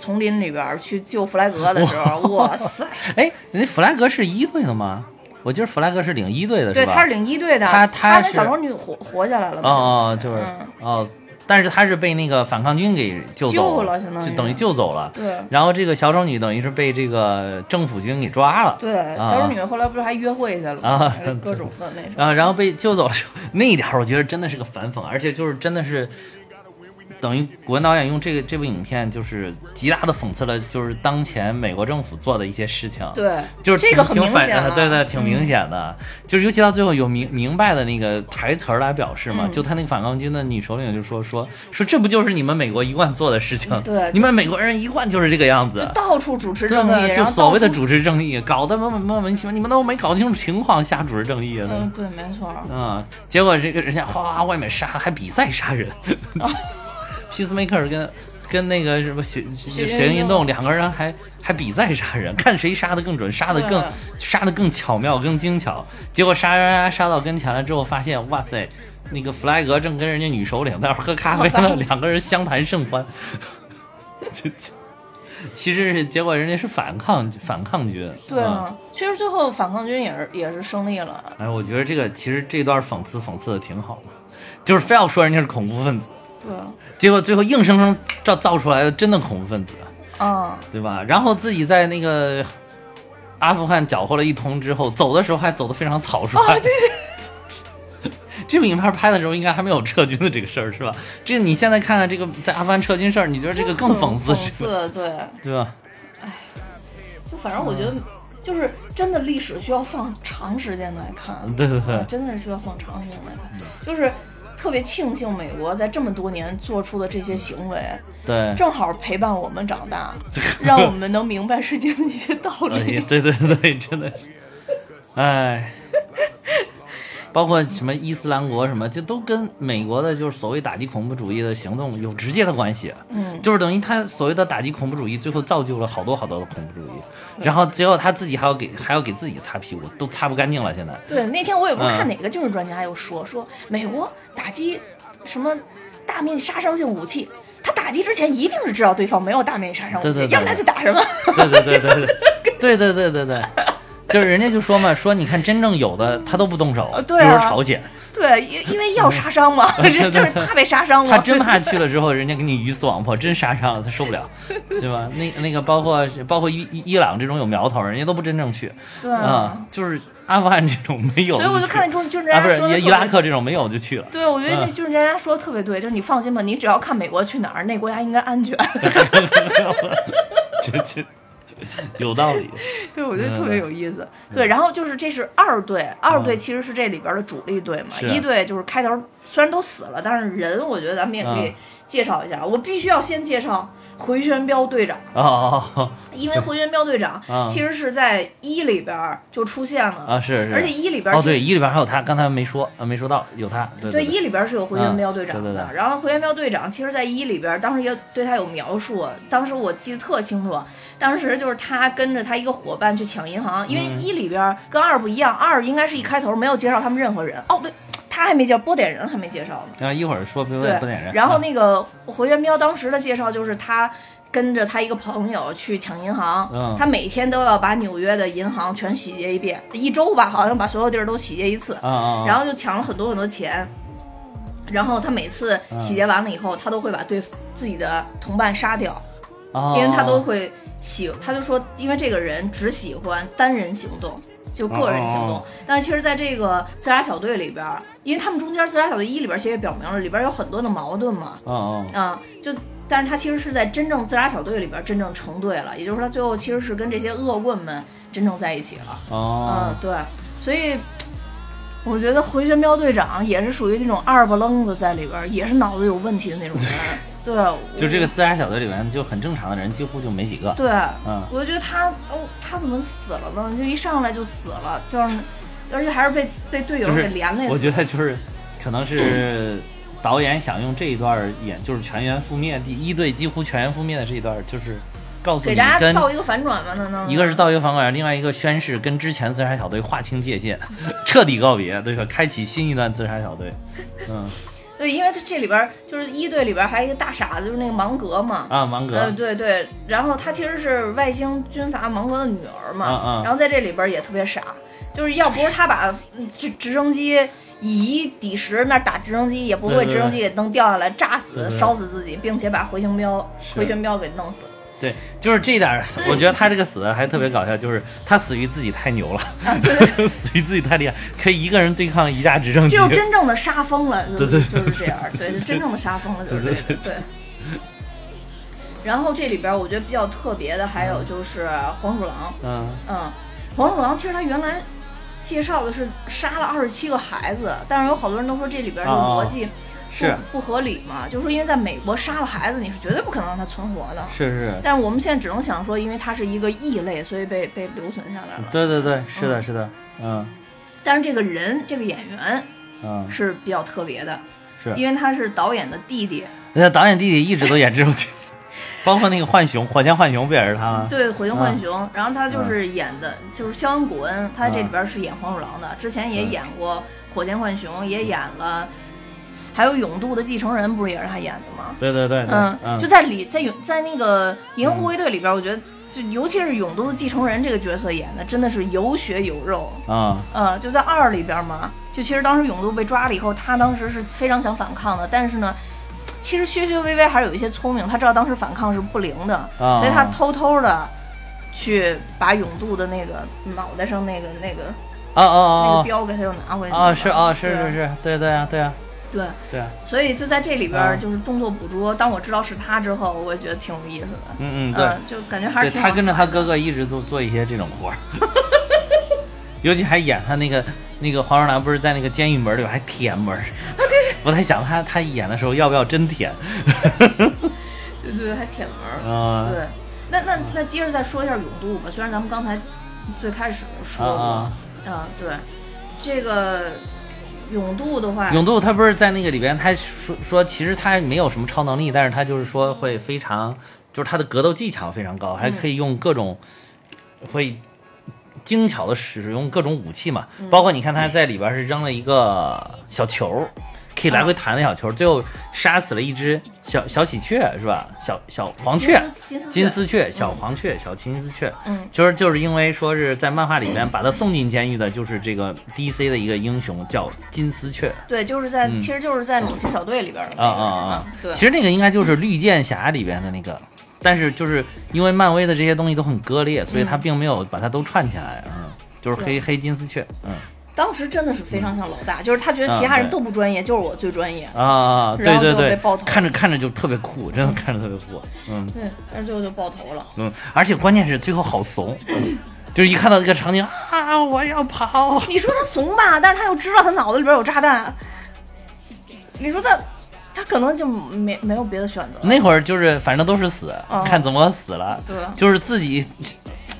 丛林里边去救弗莱格的时候， 哇塞，哎，那弗莱格是一队的吗？我记得弗莱格是领一队的对，吧？他是领一队的，他他他跟是小丑女活活下来了哦嘛？哦，就是、嗯哦，但是他是被那个反抗军给救走救了相当于就等于救走了。对然后这个小丑女等于是被这个政府军给抓了。对，啊小丑女后来不是还约会去了吗啊？ 还有各种的那什么，啊，然后被救走了之后，那一点儿我觉得真的是个反讽，而且就是真的是等于古文导演用这个这部影片就是极大的讽刺了，就是当前美国政府做的一些事情。对， 就是这挺个很明挺反呃显啊了，嗯对对，挺明显的。就是尤其到最后有明明白的那个台词儿来表示嘛，嗯就他那个反抗军的女首领就说说说这不就是你们美国一贯做的事情？嗯对你们美国人一贯就是这个样子就。到处主持对正义，然对，就后所谓的到处主持正义，搞得莫莫名其妙，你们都没搞清楚情况下主持正义啊的。嗯，对，没错，嗯，结果这个人家哗哗外面杀，还比赛 杀人。Peacemaker 跟跟那个什么雪雪雪人人运运动动两个人还还比赛杀人，看谁杀的更准，杀的更对杀的更巧妙、更精巧。结果杀杀杀杀到跟前了之后，发现哇塞，那个弗莱格正跟人家女首领在那儿喝咖啡 呢，两个人相谈甚欢。就就其实是结果人家是反抗反抗军，对嗯啊，其实最后反抗军也是也是胜利了。哎，我觉得这个其实这段讽刺讽刺的挺好的，就是非要说人家是恐怖分子，对，结果最后硬生生造造出来的真的恐怖分子，嗯，对吧？然后自己在那个阿富汗搅和了一通之后，走的时候还走得非常草率。哦对 这部影片拍的时候应该还没有撤军的这个事儿是吧？这你现在看看这个在阿富汗撤军事儿，你觉得这个更讽刺讽是吧？刺，对，对吧？就反正我嗯觉得，就是真的历史需要放长时间来看，嗯对对对嗯啊真的是需要放长时间来看，就是。特别庆幸美国在这么多年做出的这些行为，对，正好陪伴我们长大，让我们能明白世界的一些道 哎理呀。对对对，真的是，哎，包括什么伊斯兰国什么，这都跟美国的就是所谓打击恐怖主义的行动有直接的关系。嗯，就是等于他所谓的打击恐怖主义，最后造就了好多好多的恐怖主义，然后结果他自己还要给还要给自己擦屁股，都擦不干净了。现在，对，那天我也不是看嗯哪个军事专家又说说美国打击什么大面积杀伤性武器，他打击之前一定是知道对方没有大面积杀伤武器，对对对要不他去打什么？对对对对对对对对对对，就是人家就说嘛，说你看真正有的他都不动手，呃比对如啊朝鲜， 对，因因为要杀伤嘛，对这 对就是怕被杀伤嘛。嗯他真怕去了之后，人家给你鱼死网破，真杀伤了，他受不了，对吧？那那个包括包括伊伊伊朗这种有苗头，人家都不真正去，对啊、就是阿富汗这种没有嗯所就去，以我就看那中军事啊，专不家是说的伊伊拉克这种没有就去了，对，我觉得那嗯军事专家说的特别对，就是你放心吧，你只要看美国去哪儿，那国家应该安全。这这有道理，对，我觉得特别有意思。对，然后就是这是二队，二队其实是这里边的主力队嘛。嗯是一队就是开头虽然都死了，但是人我觉得咱们也可以嗯介绍一下。我必须要先介绍回旋镖队长，哦哦哦因 为回旋镖队长嗯其实是在一里边就出现了，啊是是，而且一里边哦其实对，一里边还有他，刚才没说啊没说到有他，对对对一里边是有回旋镖队长的，嗯对对对然后回旋镖队长其实，在一里边当时也对他有描述，当时我记得特清楚，当时就是他跟着他一个伙伴去抢银行，因为嗯一里边跟二不一样，二应该是一开头没有介绍他们任何人，哦对，他还没介波点人还没介绍呢，然啊后一会儿说不对不点人，然后啊那个回旋镖当时的介绍就是他。跟着他一个朋友去抢银行，嗯他每天都要把纽约的银行全洗劫一遍，一周吧，好像把所有地儿都洗劫一次。啊啊，啊然后就抢了很多很多钱。然后他每次嗯洗劫完了以后，他都会把对自己的同伴杀掉，哦因为他都会喜，他就说，因为这个人只喜欢单人行动，就个人行哦哦动。但是其实，在这个自杀小队里边儿，因为他们中间自杀小队一里边儿其实也表明了，里边儿有很多的矛盾嘛，哦哦啊，就。但是他其实是在真正自杀小队里边儿真正成队了，也就是说他最后其实是跟这些恶棍们真正在一起了。嗯哦，，对，所以我觉得回旋镖队长也是属于那种二不愣子在里边儿，也是脑子有问题的那 种人。对，就我这个自杀小队里面就很正常的人几乎就没几个，嗯对，嗯我就觉得他哦，他怎么死了呢？就一上来就死了，就是而且还是被被队友就是给连累我死。觉得就是，可能是导演想用这一段儿演，就是全员覆灭，第一队几乎全员覆灭的这一段儿，就是告诉给你大家跟造一个反转吧，难道一个是造一个反转，另外一个宣誓跟之前自杀小队划清 界限，彻底告别，对吧？开启新一段自杀小队。嗯对，因为他这里边儿就是一队里边儿还有一个大傻子，就是那个芒格嘛。啊，芒呃，格，对对，然后她其实是外星军阀芒格的女儿嘛，嗯嗯然后在这里边儿也特别傻，就是要不是她把嗯直直升机以一抵十，那打直升机也不对会对直升机给弄掉下来，炸死、对对烧死自己，并且把回形镖、是回旋镖给 弄死。对，就是这一点儿，我觉得他这个死的还特别搞笑，就是他死于自己太牛了，啊 死于自己太厉害，可以一个人对抗一架直升机这。就是真正的杀疯了，就是对就是这样，对，就真正的杀疯了就是这对样，对。然后这里边儿我觉得比较特别的还有就是黄鼠狼，嗯，嗯，黄鼠狼其实它原来介绍的是杀了二十七个孩子，但是有好多人都说这里边这个逻辑不、哦是不合理嘛，就说因为在美国杀了孩子，你是绝对不可能让他存活的。是是。但是我们现在只能想说，因为它是一个异类，所以被被留存下来了。对对对，是的，是的，嗯但是这个人，这个演员嗯，是比较特别的，是。因为他是导演的弟弟，那导演弟弟一直都演这种角色，包括那个浣熊，火箭浣熊不也是他吗？对《火星浣嗯熊》然后他就是演的，就是肖恩·古恩，他这里边是演黄鼠狼的，之前也嗯演过《火箭浣熊》，也演了，还有《永渡的继承人》，不是也是他演的吗？对对对对，嗯，嗯，就在里在永在那个《银河护卫队》里边，我觉得就尤其是《永渡的继承人》这个角色演的真的是有血有肉。啊呃，就在二里边嘛，就其实当时永渡被抓了以后，他当时是非常想反抗的，但是呢，其实薛薛微微还是有一些聪明，他知道当时反抗是不灵的，啊所以他偷偷的去把永渡的那个脑袋上那个那个、啊那个啊标给他又拿回啊去啊！了是啊，是是对是，对对啊，对啊，对，对啊，所以就在这里边儿嗯就是动作捕捉，当我知道是他之后，我也觉得挺有意思的，嗯嗯，嗯、对，就感觉还对是挺好他跟着他哥哥一直都做一些这种活儿， 啊尤其还演他那个那个黄鼠狼不是在那个监狱门里边还舔门儿，我在想他他演的时候要不要真舔？ 对对对，还舔门儿。啊对，那那那接着再说一下永渡吧，虽然咱们刚才最开始说啊过，啊！啊对，这个永渡的话，永渡他不是在那个里边，他说说其实他没有什么超能力，但是他就是说会非常，就是他的格斗技巧非常高，还可以用各种会精巧的使用各种武器嘛，包括你看他在里边是扔了一个小球。可以来回弹的小球，最后杀死了一只小小喜鹊，是吧？小小黄雀，金丝金金丝雀、小黄雀、小金丝雀，嗯就是就是因为说是在漫画里面把他送进监狱的，就是这个 DC 的一个英雄叫金丝雀对，就是在、其实就是在猛禽小队里边的那嗯啊个啊啊啊！对其，实那个应该就是绿箭侠里边的那个，但是就是因为漫威的这些东西都很割裂，所以他并没有把它都串起来，嗯，就是黑黑金丝雀，嗯当时真的是非常像老大，就是他觉得其他人都不专业，就是我最专业。啊啊，啊对然后对就被对爆头，看着看着就特别 酷，真的看着特别酷，嗯。对，但是最后就爆头了。嗯，而且关键是最后好怂，嗯就是一看到这个场景啊，我要跑，你说他怂吧，但是他又知道他脑子里边有炸弹。你说他，他可能就没没有别的选择。那会儿就是反正都是死，嗯看怎么死了，对就是自己。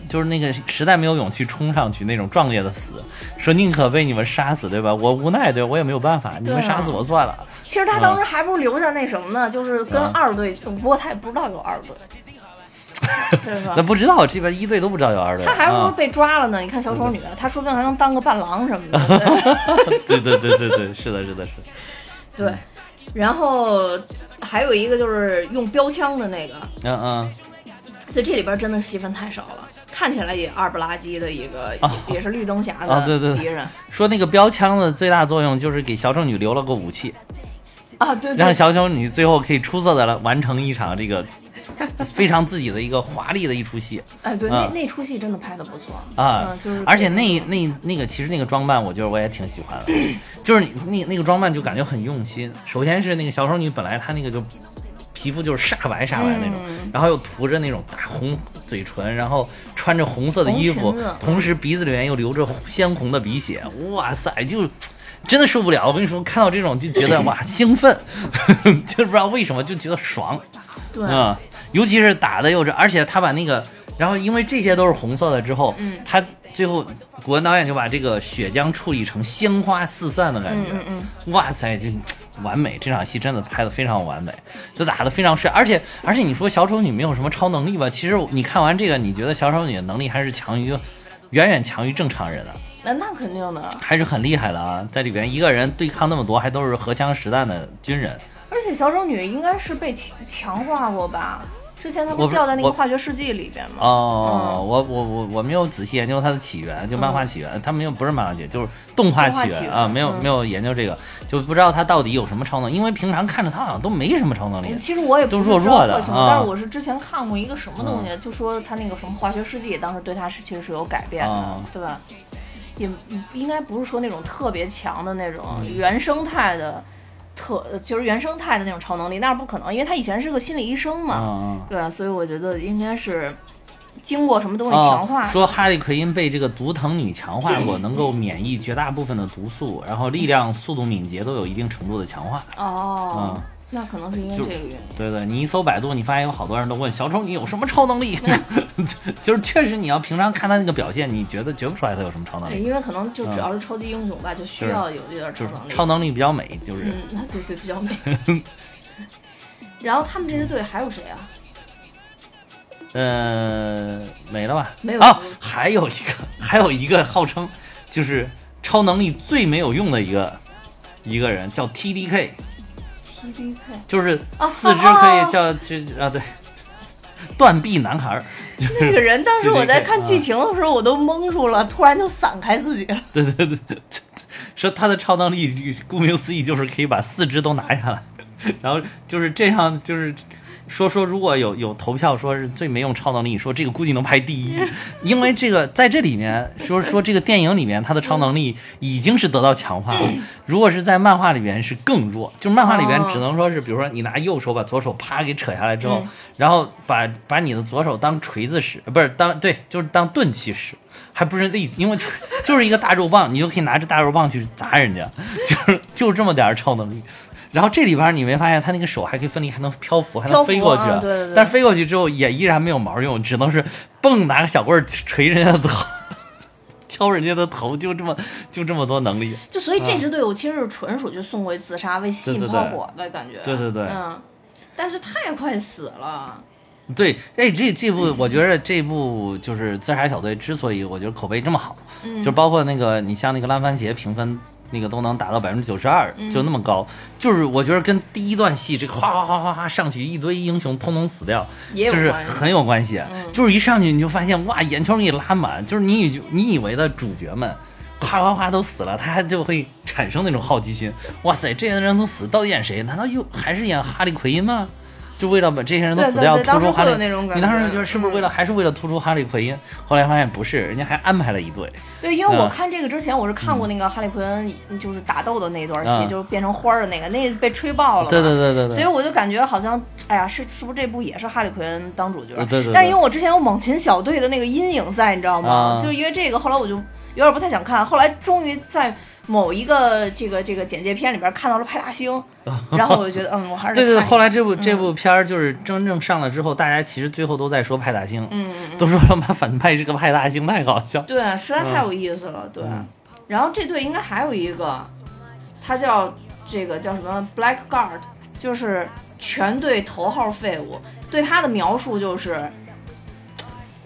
就是那个实在没有勇气冲上去那种壮烈的死，说宁可被你们杀死，对吧？我无奈，对吧我也没有办法，你们对啊杀死我算了。其实他当时嗯还不如留下那什么呢，就是跟二队，不过他也不知道有二 队，对那吧？不知道这边一队都不知道有二队，他还不如啊、被抓了呢。你看小丑女，她说不定还能当个伴郎什么的。对 对对对对对，是的，是的，是的。对， 然后还有一个就是用标枪的那个，嗯嗯，在这里边真的戏份太少了，看起来也二不拉几的一个，啊也也是绿灯侠啊对的对对敌人说那个标枪的最大作用就是给小丑女留了个武器，啊，对让对，小丑女最后可以出色的来完成一场这 个非常自己的一个华丽的一出戏哎对，那嗯那出戏真的拍的不错啊嗯就是，而且那那那个其实那个装扮，我觉得我也挺喜欢的，就是你那那个装扮就感觉很用心。首先是那个小丑女本来她那个就皮肤就是煞白煞白那种，嗯然后又涂着那种大红嘴唇，然后穿着红色的衣红服裙子，同时鼻子里面又流着鲜红的鼻血，哇塞，就。真的受不了！我跟你说，看到这种 就觉得哇兴奋， 就是不知道为什么就觉得爽，对，嗯，尤其是打的又这，而且他把那个，然后因为这些都是红色的之后，嗯他最后古文导演就把这个血浆处理成鲜花四散的感嗯觉，嗯嗯，哇塞，这完美！这场戏真的拍的非常完美，就打的非常帅，而且而且你说小丑女没有什么超能力吧？其实你看完这个，你觉得小丑女的能力还是强于，远远强于正常人的、啊那那肯定的，还是很厉害的啊！在里边一个人对抗那么多，还都是荷枪实弹的军人，而且小丑女应该是被强强化过吧？之前她不我是不掉在那个我化学世界里边吗？哦，嗯我我我我没有仔细研究它的起源，就漫画起源，它没有不是漫画起源，就是动画动画起起源源啊，没有、嗯没有研究这个，就不知道它到底有什么超能，因为平常看着它好像都没什么超能力嗯。其实我也不都是弱知道弱的为什么啊嗯但是我是之前看过一个什么东西，就说他那个什么化学世界，当时对他是确实是有改变的，啊对吧？也应该不是说那种特别强的那种嗯原生态的特，就是原生态的那种超能力，那是不可能，因为他以前是个心理医生嘛，嗯对啊，所以我觉得应该是经过什么东嗯，西强化，哦、说哈利奎因被这个毒藤女强化过，能够免疫绝大部分的毒素，然后力量、速度、敏捷都有一定程度的强化。哦。嗯那可能是因为这就个原因，对对，你一搜百度，你发现有好多人都问小丑你有什么超能力， 就是确实你要平常看他那个表现，你觉得觉不出来他有什么超能对力，因为可能就只要是超级英雄吧，就需要有这点超啊就是能力。超能力比较美，就是。嗯，那对对比较美。 然后他们这支队还有谁啊？呃，没了吧？没有啊，还有一个， 还有一个号称就是超能力最没有用的一个一个人，叫 TDK， TDK 就是啊四肢可以哦叫这啊对， 断臂男孩儿，那个人，当时我在 TDK 看剧情的时候，我都懵住了，突然就散开自己了。 对对对， 对说他的超能力顾名思义就是可以把四肢都拿下来， 然后就是这样就是。说说，如果有有投票说是最没用超能力，说这个估计能排第一，因为这个在这里面说说这个电影里面他的超能力已经是得到强化了，如果是在漫画里面是更弱，就是漫画里面哦只能说是比如说你拿右手把左手啪给扯下来之后嗯，然后把把你的左手当锤子使，呃不是当对就是当钝器使，还不是力，因为锤就是一个大肉棒，你就可以拿着大肉棒去砸人家，就是就是这么点儿超能力，然后这里边你没发现他那个手还可以分离，还能漂浮，还能飞过去。漂浮啊对对对但是飞过去之后也依然没有毛用，只能是蹦拿个小棍儿捶人家的头， 敲人家的头，就这么就这么多能力。就所以这支队伍其实是纯属就送回自杀为吸引啊对对炮对火的感觉。对对对嗯，但是太快死了。对，哎，这这部我觉得这部就是《自杀小队》之所以我觉得口碑这么好，嗯就包括那个你像那个烂番茄评分那个都能达到百分之九十二，嗯就那么高，就是我觉得跟第一段戏这个哗哗哗哗哗上去一堆英雄通通死掉，也有就是关系嗯很有关系。就是一上去你就发现哇，眼球给你拉满，就是你以你以为的主角们。哗哗哗都死了，他就会产生那种好奇心。哇塞，这些人都死，到底演谁？难道又还是演哈利奎因吗？就为了把这些人都对死对掉，对突当时出哈会利有那种感你当时觉觉得是不是为了、还是为了突出哈利奎因？后来发现不是，人家还安排了一队。对，因为我嗯看这个之前，我是看过那个哈利奎恩就是打斗的那一段戏，嗯就变成花儿的那个，那被吹爆了嘛。对对对对对。所以我就感觉好像，哎呀，是是不是这部也是哈利奎恩当主角？对对对对但是因为我之前有猛禽小队的那个阴影在，你知道吗？啊就因为这个，后来我就有点不太想看。后来终于在某一个这个这个简介片里边看到了派大 星，然后我就觉得，嗯，我还是对对，看一后来下这部、这部片儿就是真正上了之后，大家其实最后都在说派大星，嗯嗯嗯，都说他妈反派是个派大星，太搞笑。对，实在太嗯有意思了，对。然后这队应该还有一个，他叫这个叫什么 Blackguard，就是全队头号废物。对他的描述就是，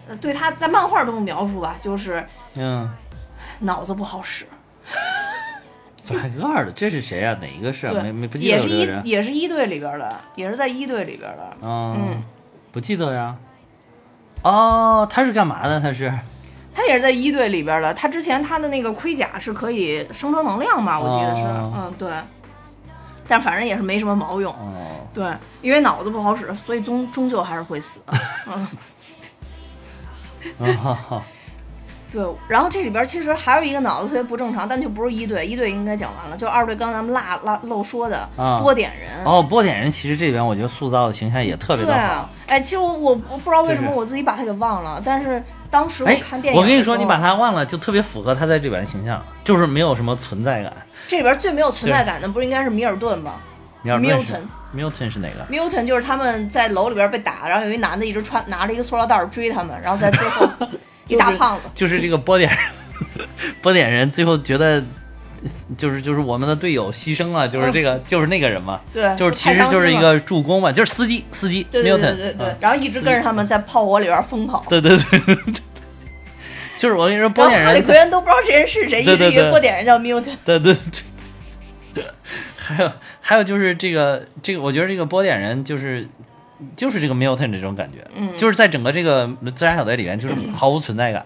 呃，对他在漫画中的描述吧，就是嗯，脑子不好使。百个二的这是谁啊？哪一个是啊？没对没，不记也得有是这个一人。也是一队里边的，也是在一队里边的。嗯嗯，不记得呀。哦，他是干嘛的？他是他也是在一队里边的。他之前他的那个盔甲是可以生成能量嘛？我记得是，哦嗯，对。但反正也是没什么毛用。哦，对，因为脑子不好使，所以终终究还是会死。嗯哈哈 对，然后这里边其实还有一个脑子特别不正常，但就不是一队，一队应该讲完了，就二队刚咱们落落漏说的啊波点人。哦，波点人其实这边我觉得塑造的形象也特别对的好。啊，哎，其实我我我不知道为什么就是我自己把他给忘了，但是当时我哎看电，影我的时候，跟你说，你把他忘了，就特别符合他在这边的形象，就是没有什么存在感。这里边最没有存在感的，不是应该是米尔顿吗？米尔顿是 Milton Milton 是哪个？ Milton 就是他们在楼里边被打，然后有一男的一直穿拿着一个塑料袋追他们，然后在最后一大胖子， 就是这个波点人 波点人最后觉得。就是就是我们的队友牺牲了，就是这个、就是那个人嘛，对就是嗯其太实伤就是心一了个助攻嘛，就是司机司机对对对对 Milton，对对嗯，然后一直跟着他们在炮火里边疯跑。对对对对 对，就是我跟你说波然后点哈利人奎恩都不知道这人是谁， 对对一直以对为波点人叫 Milton。对对对。 还有还有就是这个这个，我觉得这个波点人就是就是这个 Milton 这种感觉，嗯就是在整个这个自杀小队里面，就是毫无存在感，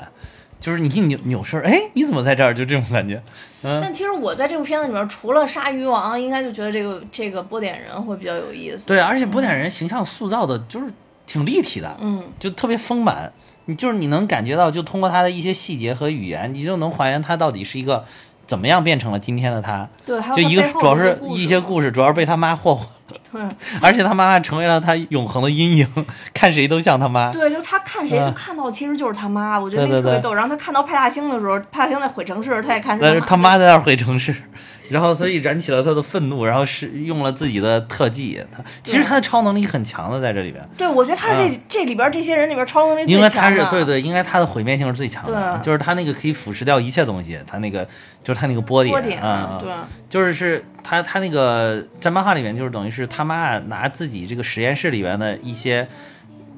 就是你一扭扭身儿，哎，你怎么在这儿？就这种感觉，嗯， 但其实我在这部片子里面，除了鲨鱼王，应该就觉得这个这个波点人会比较有意思。对，而且波点人形象塑造的就是挺立体的，嗯，就特别丰满，你就是你能感觉到，就通过他的一些细节和语言，你就能还原他到底是一个怎么样变成了今天的他。对，还有就一个他背后主要的是一些事故事，主要是被他妈霍霍，对 而且他妈妈成为了他永恒的阴影，看谁都像他妈。对，就是他看谁嗯就看到，其实就是他妈，我觉得那对对个特别对逗。然后他看到派大星的时候，派大星在毁城市，他也看但是他他妈在那儿毁城市，然后所以燃起了他的愤怒，然后是用了自己的特技。他其实对他的超能力很强的，在这里边，对，我觉得他是这、这里边这些人里边超能力因最为嗯他强是的。对对，应该他的毁灭性是最强的，对就是他那个可以腐蚀掉一切东西，他那个就是他那个波波点点啊，嗯对。就是是他他那个在漫画里面就是等于是他妈拿自己这个实验室里面的一些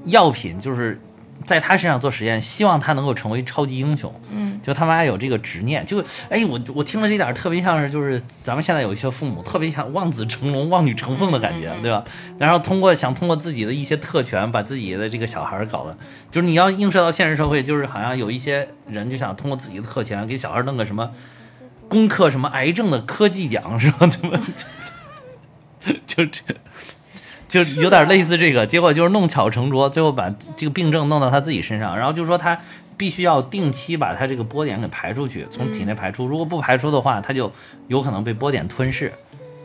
药品，就是在他身上做实验，希望他能够成为超级英雄。嗯，就他妈有这个执念，就哎我我听了这点儿特别像是就是咱们现在有一些父母特别想望子成龙、望女成凤的感觉，对吧？然后通过想通过自己的一些特权把自己的这个小孩儿搞的，就是你要映射到现实社会，就是好像有一些人就想通过自己的特权给小孩儿弄个什么。攻克什么癌症的科技奖是吧？ 对吧？就这。就有点类似这个，结果就是弄巧成拙，最后把这个病症弄到他自己身上，然后就说他必须要定期把他这个波点给排出去，从体内排出。如果不排出的话，他就有可能被波点吞噬，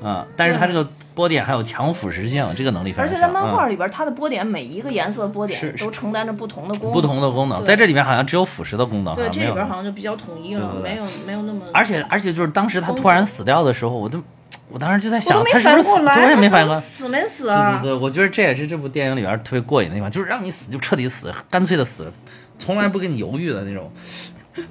嗯，但是他这个波点还有强腐蚀性，这个能力非而常且强。在漫画嗯里边，它的波点每一个颜色的波点是是都承担着不同的功能。不同的功能，对在这里面好像只有腐蚀的功能，好对，像这没里有边好像就比较统一了，对对对没有没有那么。而且而且就是当时他突然死掉的时候，我都我当时就在我都想，没他是不反是过死？来，我也没他反应过来。死没死对 对啊？对，我觉得这也是这部电影里边特别过瘾的地方，就是让你死就彻底死，干脆的死，从来不跟你犹豫的那种。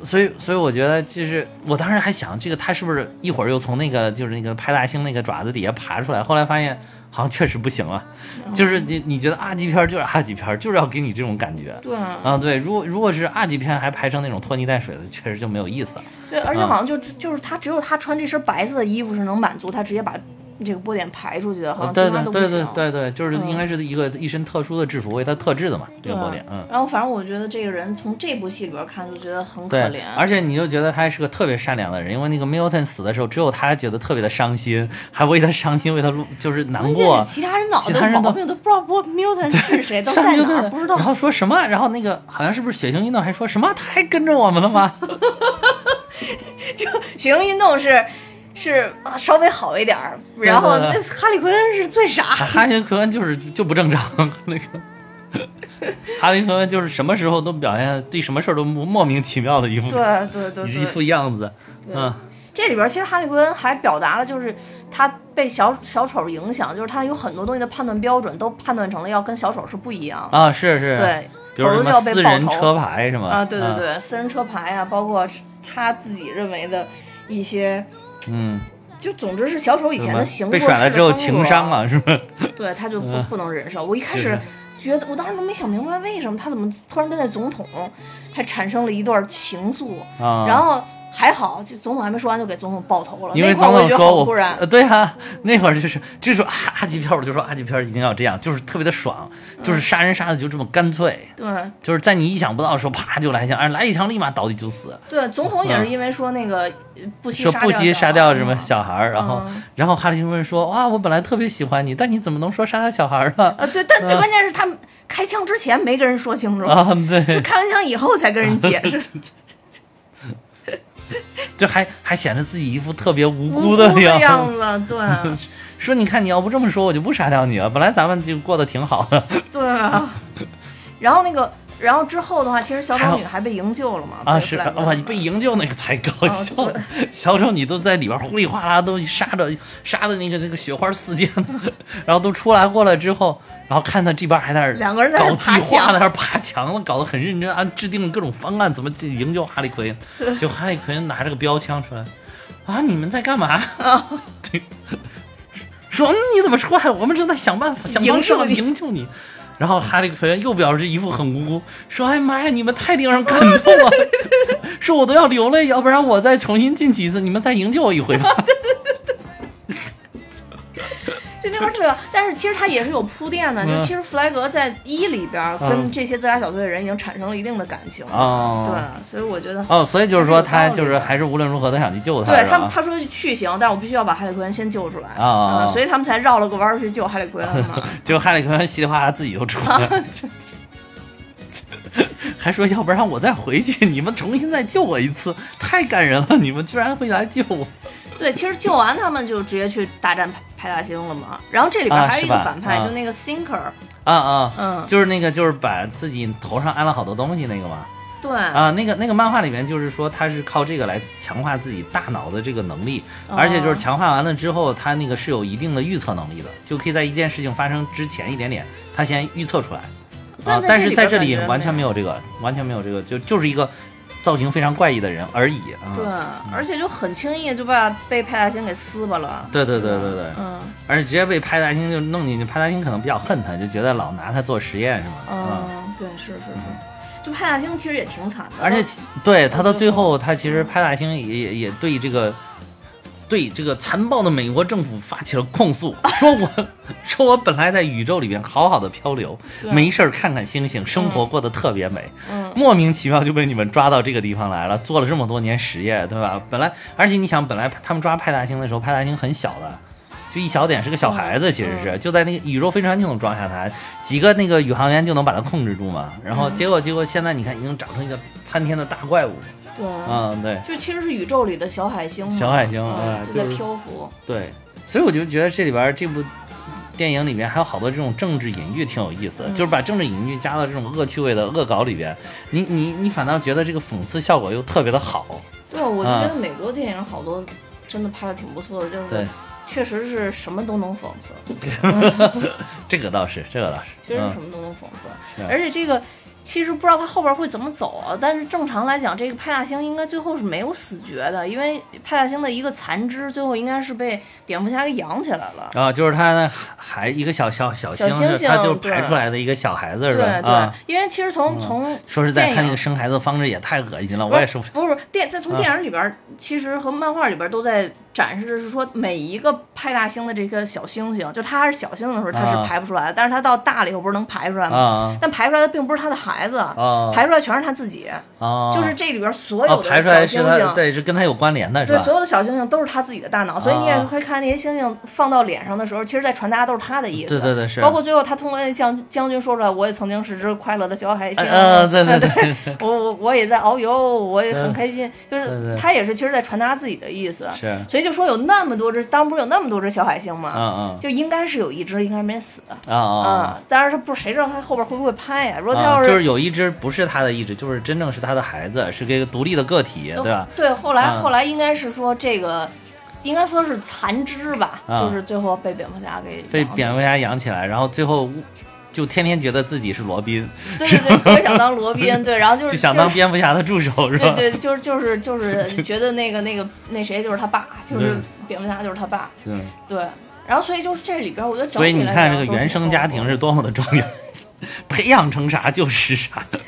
所以，所以我觉得，就是我当时还想，这个他是不是一会儿又从那个就是那个派大星那个爪子底下爬出来？后来发现好像确实不行了，嗯就是你你觉得啊级片就是啊级片，就是要给你这种感觉。对啊啊，对，如果如果是二级片还拍成那种拖泥带水的，确实就没有意思了。对，而且好像就就是他，只有他穿这身白色的衣服是能满足他直接把这个波点排出去的，好像哦对啊其他对都不对行。对对对，就是嗯应该是一个一身特殊的制服为他特制的嘛，这对个啊波点，嗯。然后反正我觉得这个人从这部戏里边看就觉得很可对怜，，而且你就觉得他是个特别善良的人，因为那个 Milton 死的时候，只有他觉得特别的伤心，还为他伤心，为他就是难关键过是。其他人脑其他袋人毛都病都不知道波 Milton 是谁， 都在哪儿不知道然。后说什么？然后那个好像是不是血腥运动还说什么？他还跟着我们了吗？ 血腥运动是是啊稍微好一点儿，对然后对那对哈利奎恩是最傻。 哈林·科恩就是就不正常， 那个哈林·科恩就是什么时候都表现对什么事儿都莫莫名其妙的一副对对对一对，副样子，嗯。这里边其实哈利·奎恩还表达了，就是他被小小丑影响，就是他有很多东西的判断标准都判断成了要跟小丑是不一样的。啊，是是，对比如否则什就要么被私爆人头车牌什么啊，对对，对，私人车牌啊，包括他自己认为的一些，嗯，就总之是小丑以以前的行被过甩了事之后风情格商，了，是吧？对他就不、嗯不能忍受。我一开是始是觉得，我当时都没想明白为什么他怎么突然跟那总统还产生了一段情愫，啊， 然后。还好，这总统还没说完就给总统爆头了。因那为块总儿我统觉得说好我，突然，呃，对啊，那会儿就是就是说啊阿吉片，我就说阿吉片一定要这样，就是特别的爽，嗯就是杀人杀的就这么干脆，对就是在你意想不到的时候，啪就来一枪，哎而来一枪立马倒地就死。对，总统也是嗯因为说那个呃不惜说不惜杀掉掉什么小孩小孩儿，然后嗯然后哈利·辛顿说哇，我本来特别喜欢你，但你怎么能说杀掉小孩儿呢？呃，对，但最关键是他们开枪之前没跟人说清楚，嗯啊，是对，开完枪以后才跟人 解释。这还还显得自己一副特别无无辜辜的样样子，对 说你看，你要不这么说，我就不杀掉你了。啊本来咱们就过得挺好 的对啊。然后那个，然后之后的话，其实小还丑有女还被营救了嘛？啊，被是弗兰克哇，嘛你被营救那个才搞哦笑。对 小丑你都在里边呼里哗啦都杀的杀的那个那个雪花四溅的， 然后都出来过了之后，然后看到这边还在那儿两个人在那儿搞爬计划，墙在那儿爬墙了，搞得很认真啊，制定了各种方案怎么去营救哈利奎 恩。就哈利奎恩拿着个标枪出来，啊，你们在干嘛？对， 说嗯你怎么出来？我们正在想办法想营方设救法你营救你。然后哈利奎恩又表示一副很无辜，说：“哎妈呀，你们太令人感动 了， 说我都要流泪，要不然我再重新进去一次，你们再营救我一回吧。 就那边特别好。但是其实他也是有铺垫的，就嗯其实弗莱格在一里边跟嗯这些自杀小队的人已经产生了一定的感情”了。哦，对，所以我觉得，哦，所以就是说他还就是有道理是的还是无论如何他想去救他，对是啊他们吧？他说去行，但我必须要把哈利奎恩先救出来啊啊啊嗯所以他们才绕了个弯儿去救哈利奎恩 嘛。就哈利奎恩稀里哗啦自己就出来啊 了，还说要不然我再回去，你们重新再救我一次，太感人了，你们居然会来救我。对，其实救完他们就直接去大战派派大星了嘛。然后这里边啊还有一个是吧反派，啊就那个 Thinker，啊啊，嗯就是那个就是把自己头上安了好多东西那个嘛，对，啊，那个那个漫画里面就是说他是靠这个来强化自己大脑的这个能力，而且就是强化完了之后，他那个是有一定的预测能力的，就可以在一件事情发生之前一点点，他先预测出来。但啊在，但这里是在边这感里觉完全没没有这个，完全没有这个，就就是一个造型非常怪异的人而已啊。对，而且就很轻易就把被派大星给撕巴了。对对对吧对对嗯而且直接被派大星就弄进去，派大星可能比较恨他，就觉得老拿他做实验是吗？啊。嗯，对，是是是，就派大星其实也挺惨的，而且都其对他到最后，他其实派大星也也也对这个对这个残暴的美国政府发起了控诉，说我说我本来在宇宙里边好好的漂流，对没事儿看看星星，生活过得特别美，嗯莫名其妙就被你们抓到这个地方来了，做了这么多年实业，对吧？本来而且你想，本来他们抓派大星的时候，派大星很小的。就一小点，是个小孩子，其实是、就在那个宇宙飞船就能装下他，几个那个宇航员就能把他控制住嘛。然后结果结果现在你看已经长成一个参天的大怪物，对，嗯，对就其实是宇宙里的小海星嘛，小海星嗯哎就在就是漂浮。对，所以我就觉得这里边儿这部电影里面还有好多这种政治隐喻挺有意思的，嗯就是把政治隐喻加到这种恶趣味的恶搞里边，你你你反倒觉得这个讽刺效果又特别的好，对，我就觉啊得美国电影好多真的拍的挺不错的，就是对确实是什么都能讽刺，这个倒是，这个倒是，确实是什嗯，么都能讽刺，是啊而且这个。其实不知道他后边会怎么走啊，但是正常来讲，这个派大星应该最后是没有死绝的，因为派大星的一个残肢最后应该是被蝙蝠侠给养起来了。啊，就是他那还一个小小小小星星是，他星就对排出来的一个小孩子是对吧？对，啊，因为其实从、从说实在，电他那影个生孩子方式也太恶心了，不我是也受不嗯了。不是电，在从电影里边儿，其实和漫画里边儿都在展示的是说，每一个派大星的这个小星星，就他还是小星星的时候，他啊是排不出来的，但是他到大了以后不是能排出来吗？啊但排出来的并不是他的孩子，啊排出来全是他自己，啊！就是这里边儿所哦，有的排出来小是星他，星。对，是跟他有关联的是对，吧所？有的小星星都是他自己的大脑，所以你啊也会看那些星星放到脸上的时候，其实在传达都是他的意思。对对对是包括最后他通过将将军说出来，我也曾经是只快乐的小海星。哎呃对 对对对，我我我也在遨游，我也很开心。就嗯对是对他也是其实在传达自己的意思。是所以就说有那么多只，当不是有那么多只小海星吗？嗯嗯就应该是有一只应该没死。啊啊嗯，当然他不是谁知道他后边会不会拍呀？如果他啊！要就是有一只不是他的意志，就是真正是他的孩子，是个独立的个体，对吧？对，后来、嗯后来应该是说这个，应该说是残肢吧，啊就是最后被蝙蝠侠给被咬死蝙蝠侠养起来，然后最后就天天觉得自己是罗宾，对对对，特别想当罗 宾，对，然后就是就想当就是蝙蝠侠的助手是吧？对对，就是就是就是觉得那个那个那谁就是他爸，就是对蝙蝠侠就是他爸，嗯，对。然后所以就是这里边，我觉得整所以体你来看讲这个都原挺生家丰富庭是多么的重要， 培养成啥就是啥。嗯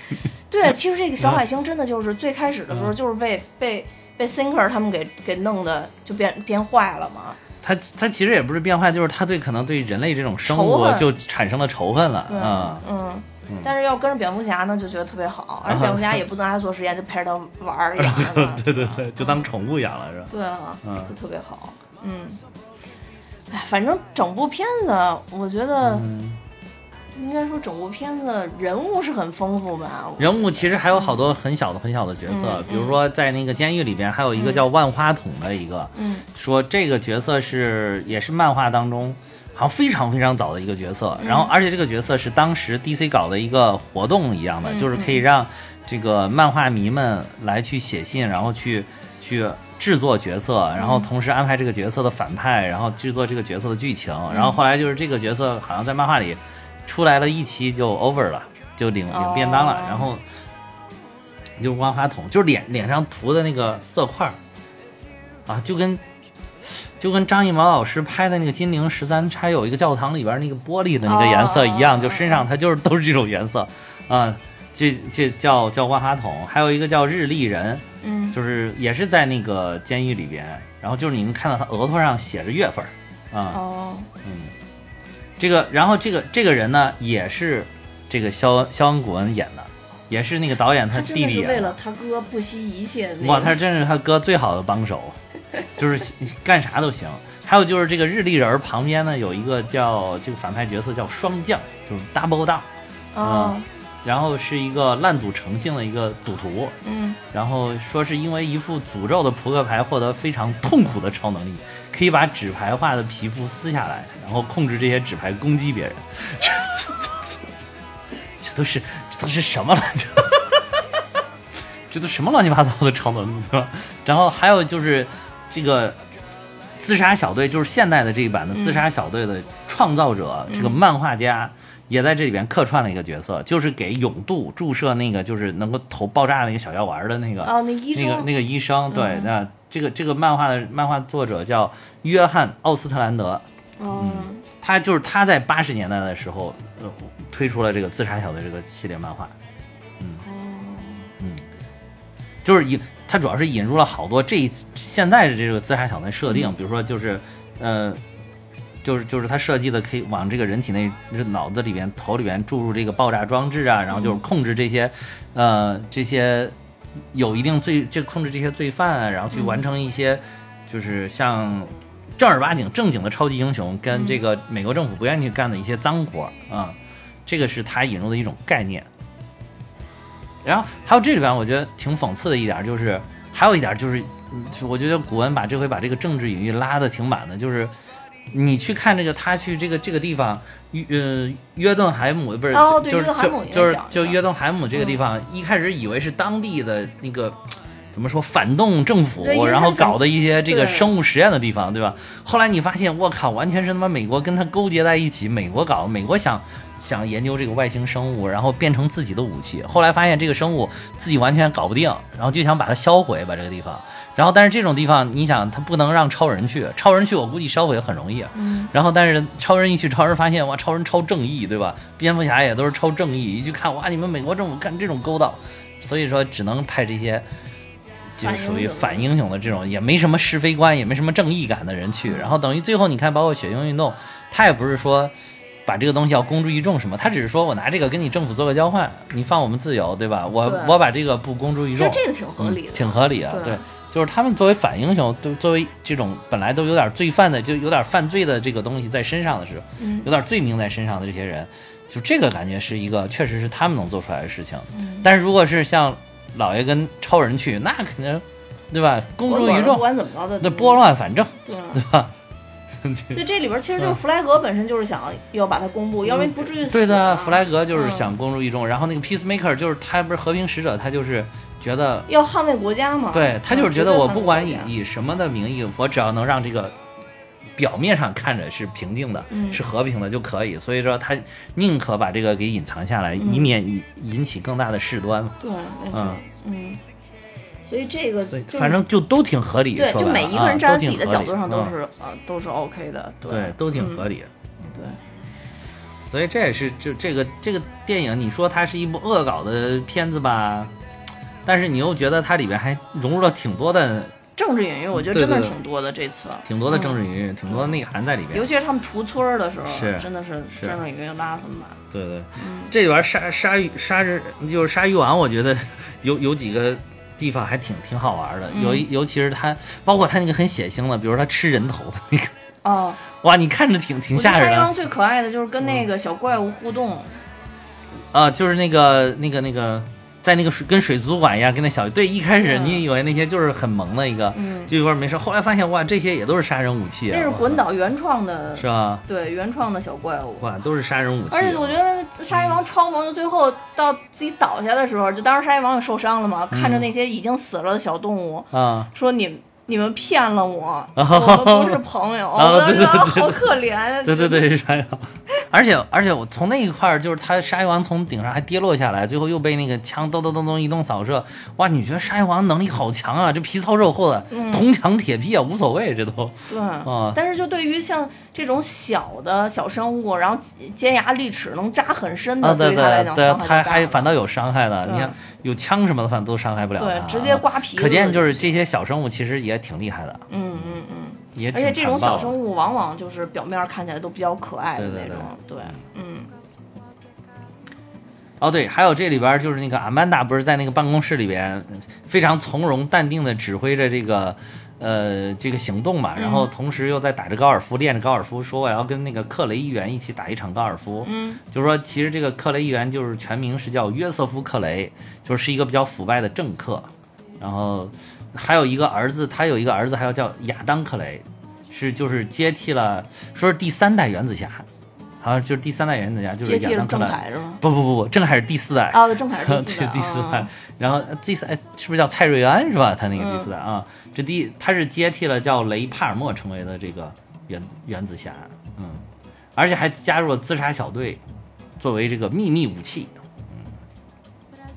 对，其实这个小海星真的就是最开始的时候就是被被被 Thinker 他们给给弄的就变变坏了嘛，他他其实也不是变坏，就是他对可能对人类这种生仇活恨就产生了仇恨了对，啊。，嗯，但是要跟着蝙蝠侠呢，就觉得特别好，而且蝙蝠侠也不拿他做实验，就陪着他玩儿养着他 对对对，就当宠物养了是吧？对啊嗯，就特别好，嗯，哎，反正整部片子，我觉得嗯应该说整部片子人物是很丰富吧，人物其实还有好多很小的很小的角色，嗯比如说在那个监狱里边还有一个叫万花筒的一个，嗯说这个角色是也是漫画当中好像非常非常早的一个角色，然后而且这个角色是当时 DC 搞的一个活动一样的，就是可以让这个漫画迷们来去写信，然后去去。制作角色，然后同时安排这个角色的反派，然后制作这个角色的剧情，然后后来就是这个角色好像在漫画里出来了一期就 over 了，就领领便当了，哦然后就是万花筒，就是脸脸上涂的那个色块儿啊，就跟就跟张艺谋老师拍的那个《金陵十三钗》有一个教堂里边那个玻璃的那个颜色一样，哦就身上它就是都是这种颜色啊。这这叫叫万花筒，还有一个叫日历人，嗯，就是也是在那个监狱里边，然后就是你能看到他额头上写着月份儿啊。哦，这个，然后这个这个人呢，也是这个肖肖恩·古恩演的，也是那个导演他真弟的弟是演为的。了他哥不惜一切那哇，个他真是他哥最好的帮手，就是干啥都行。还有就是这个日历人儿旁边呢，有一个叫这个反派角色叫霜降，就是 Double d o w 啊哦，然后是一个烂赌成性的一个赌徒，嗯，然后说是因为一副诅咒的扑克牌获得非常痛苦的超能力，可以把纸牌化的皮肤撕下来，然后控制这些纸牌攻击别人。这这这这这都是这都是什么乱七八这都什么乱七八糟的超能力？对吧然后还有就是这个自杀小队，就是现代的这一版的自杀小队的创造者，这个漫画家。也在这里边客串了一个角色，就是给永渡注射那个就是能够投爆炸那个小药丸的那个哦，那医生嗯啊那个那个医生，对，那这个这个漫画的漫画作者叫约翰·奥斯特兰德，哦，他就是他在八十年代的时候、呃、推出了这个自杀小队这个系列漫画，嗯就是引他主要是引入了好多这一现在的这个自杀小队设定，嗯比如说就是呃。就是就是他设计的，可以往这个人体内、就是脑子里边、头里边注入这个爆炸装置啊，然后就是嗯控制这些，呃，这些有一定罪，就控制这些罪犯啊，然后去嗯完成一些，就是像正儿八经正经的超级英雄跟嗯这个美国政府不愿意去干的一些脏活儿啊、这个是他引入的一种概念。然后还有这里边我觉得挺讽刺的一点儿就是，还有一点儿就是，嗯就我觉得古文把这回把这个政治隐喻拉的挺满的，就是你去看这个他去这个这个地方，约呃约顿海姆不是、哦就对就是约顿海姆就也是讲就了约顿海姆这个地方，一开始以为是当地的那个怎么说反动政府对因，为然他后们反搞的一些这个对生物实验的地方，对吧？后来你发现，我靠，完全是他妈美国跟他勾结在一起，美国搞，美国想想研究这个外星生物，然后变成自己的武器。后来发现这个生物自己完全搞不定，然后就想把它销毁，把这个地方。然后，但是这种地方，你想，他不能让超人去，超人去，我估计销毁很容易。啊嗯，然后，但是超人一去，超人发现哇，超人超正义，对吧？蝙蝠侠也都是超正义，一去看哇，你们美国政府干这种勾当，所以说只能派这些就是属于反英雄的这种，也没什么是非观，也没什么正义感的人嗯去。然后等于最后你看，包括血腥运动，他也不是说把这个东西要公诸于众什么，他只是说我拿这个跟你政府做个交换，你放我们自由，对吧？我对我把这个不公诸于其实众，这个挺合理的，嗯挺合理啊，对对。就是他们作为反英雄，都作为这种本来都有点罪犯的，就有点犯罪的这个东西在身上的时候，嗯有点罪名在身上的这些人，就这个感觉是一个确实是他们能做出来的事情。嗯但是如果是像老爷跟超人去，那肯定，对吧？公我诸于管不众，管怎么着的，那拨乱反正，对啊对吧？ 嗯对，这里边其实就是弗莱格本身就是想要把它公布，要不然不至于死啊。对的，弗莱格就是嗯想公诸于众，然后那个 Peacemaker 就是他不是和平使者，他就是觉得要捍卫国家嘛。对他就是觉得我不管以嗯以什么的名义，我只要能让这个表面上看着是平静的、嗯是和平的就可以。所以说他宁可把这个给隐藏下来，以嗯免引引起更大的事端嘛。对，没错，嗯。所以这个所以就是反正就都挺合理，对，说就白每了一啊个人站在都自挺己的合角理度上都嗯是呃都是 OK 的，对，都挺合理。理。嗯对，所以这也是就这个这个电影，你说它是一部恶搞的片子吧，但是你又觉得它里边还融入了挺多的政治隐喻我觉得对真的对对挺多的这次，挺多的政治隐喻，挺多的内涵在里边。嗯尤其是他们屠村儿的时候，是真的是是政治隐喻拉他们吧。对对，嗯这里边鲨鲨鱼鲨鱼就是鲨鱼丸，我觉得有有几个地方还挺挺好玩的，嗯尤尤其是它，包括它那个很血腥的，比如它吃人头的 那个，哦，哇，你看着挺挺我觉吓得鲨人啊鱼的王最可爱的就是跟那个小怪物互嗯动，啊，就是那个那个那个。在那个水跟水族馆一样，跟那小对，一开始嗯你以为那些就是很萌的一个，嗯就一块没事，后来发现哇，这些也都是杀人武器啊，那是哇滚岛原创的，是吧？对原创的小怪物。哇，都是杀人武器啊，而且我觉得鲨鱼王超萌，就最后到自己倒下的时候，就当时鲨鱼王也受伤了嘛，嗯看着那些已经死了的小动物，啊，说你你们骗了 我，哦我们不是朋友，哦我当时对对对啊好可 怜，对对对，是鲨鱼王。而且而且我从那一块儿，就是他鲨鱼王从顶上还跌落下来，最后又被那个枪咚咚咚咚一顿扫射。哇，你觉得鲨鱼王能力好强啊？这皮糙肉厚的，嗯铜墙铁壁啊，无所谓，这都对， 啊但是就对于像这种小的小生物，然后尖牙利齿能扎很深的，啊，对对于它来讲对伤，害他就大还了反倒有伤害的。对你看有枪什么的，反正都伤害不了对它啊直接刮皮可见子就是这些小生物其实也挺厉害的，嗯嗯嗯，也而挺且这种残暴小的生物往往就是表面看起来都比较可爱的对对那对种，对，嗯哦，对，还有这里边儿就是那个阿曼达，不是在那个办公室里边非常从容淡定的指挥着这个，呃，这个行动嘛，然后嗯同时又在打着高尔夫，练着高尔夫，说我要跟那个克雷议员一起打一场高尔夫。嗯，就是说，其实这个克雷议员就是全名是叫约瑟夫·克雷，就是一个比较腐败的政客，然后还有一个儿子，他有一个儿子还要叫亚当·克雷，是就是接替了，说是第三代原子侠，好像就是第三代原子侠就接是亚替了当·克郑雷。恺是 吗？不不不不，郑恺是第四代啊，对，郑恺 是对第四代，第四代啊，，然后第四代是不是叫蔡瑞安是吧？他那个嗯第四代啊，这第他是接替了叫雷帕尔默成为了这个原原子侠，嗯，而且还加入了自杀小队作为这个秘密武器，嗯，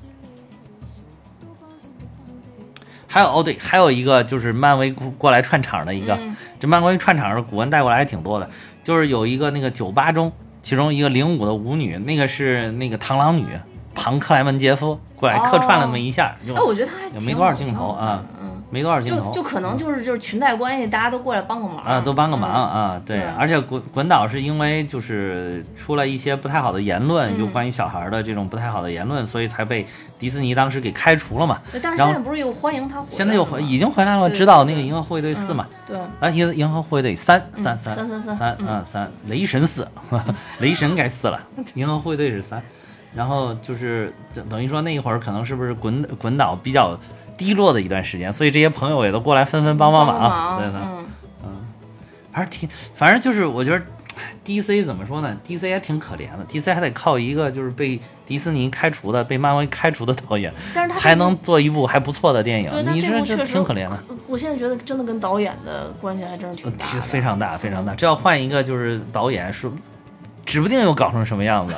还有哦对，还有一个就是漫威过过来串场的一个，嗯这漫威串场的古文带过来还挺多的，就是有一个那个酒吧中，其中一个零五的舞女，那个是那个螳螂女庞克莱门杰夫过来客串了那么一下，就哎，我觉得他还也挺没多少好镜头挺好看啊的嗯。，没多少镜头，嗯就就可能就是就是裙带关系，大家都过来帮个忙啊，都帮个忙嗯啊，对对，而且滚滚岛是因为就是出了一些不太好的言论，嗯就关于小孩的这种不太好的言论，所以才被迪士尼当时给开除了嘛。对但是现然后在不是又欢迎他回来了吗？现在又回已经回来了，对知道对那个《对银河护卫队四》嘛，对，啊，银银河护卫队三三嗯三三三三三嗯啊三，雷神四， 雷神该四了，银河护卫队是三，然后就是等等于说那一会儿可能是不是滚滚岛比较低落的一段时间，所以这些朋友也都过来纷纷帮帮嗯忙个啊，对的，嗯，还是挺，反正就是我觉得 DC 怎么说呢？DC 还挺可怜的，DC 还得靠一个就是被迪士尼开除的、被漫威开除的导演，但是他才能做一部还不错的电对，影。但你这部这确实挺可怜的，我现在觉得真的跟导演的关系还真是挺大其的，实非常大，非常大。这要换一个就是导演，说指不定又搞成什么样子，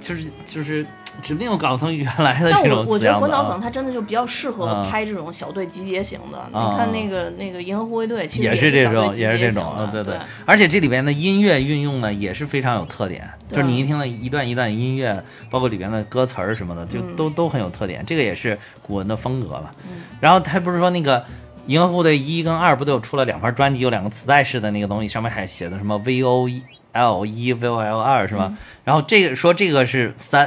就是就是指不定又搞成原来的但我这种我死觉得样关子导可能啊。他真的就比较适合啊拍这种小队集结型的。啊你看那个那个《银河护卫队》，其实也是这小队种，集也是结这型种，的嗯对啊对。而且这里边的音乐运用呢，也是非常有特点，就对啊是你一听了一段一段音乐，包括里边的歌词儿什么的，就嗯都、都很有特点。这个也是古文的风格吧。然后他不是说那个《银河护卫队》一跟二不都有出了两盘专辑，有两个磁带式的那个东西，上面还写的什么 V O E L 一 V O L 二是吧？然后这个说这个是三、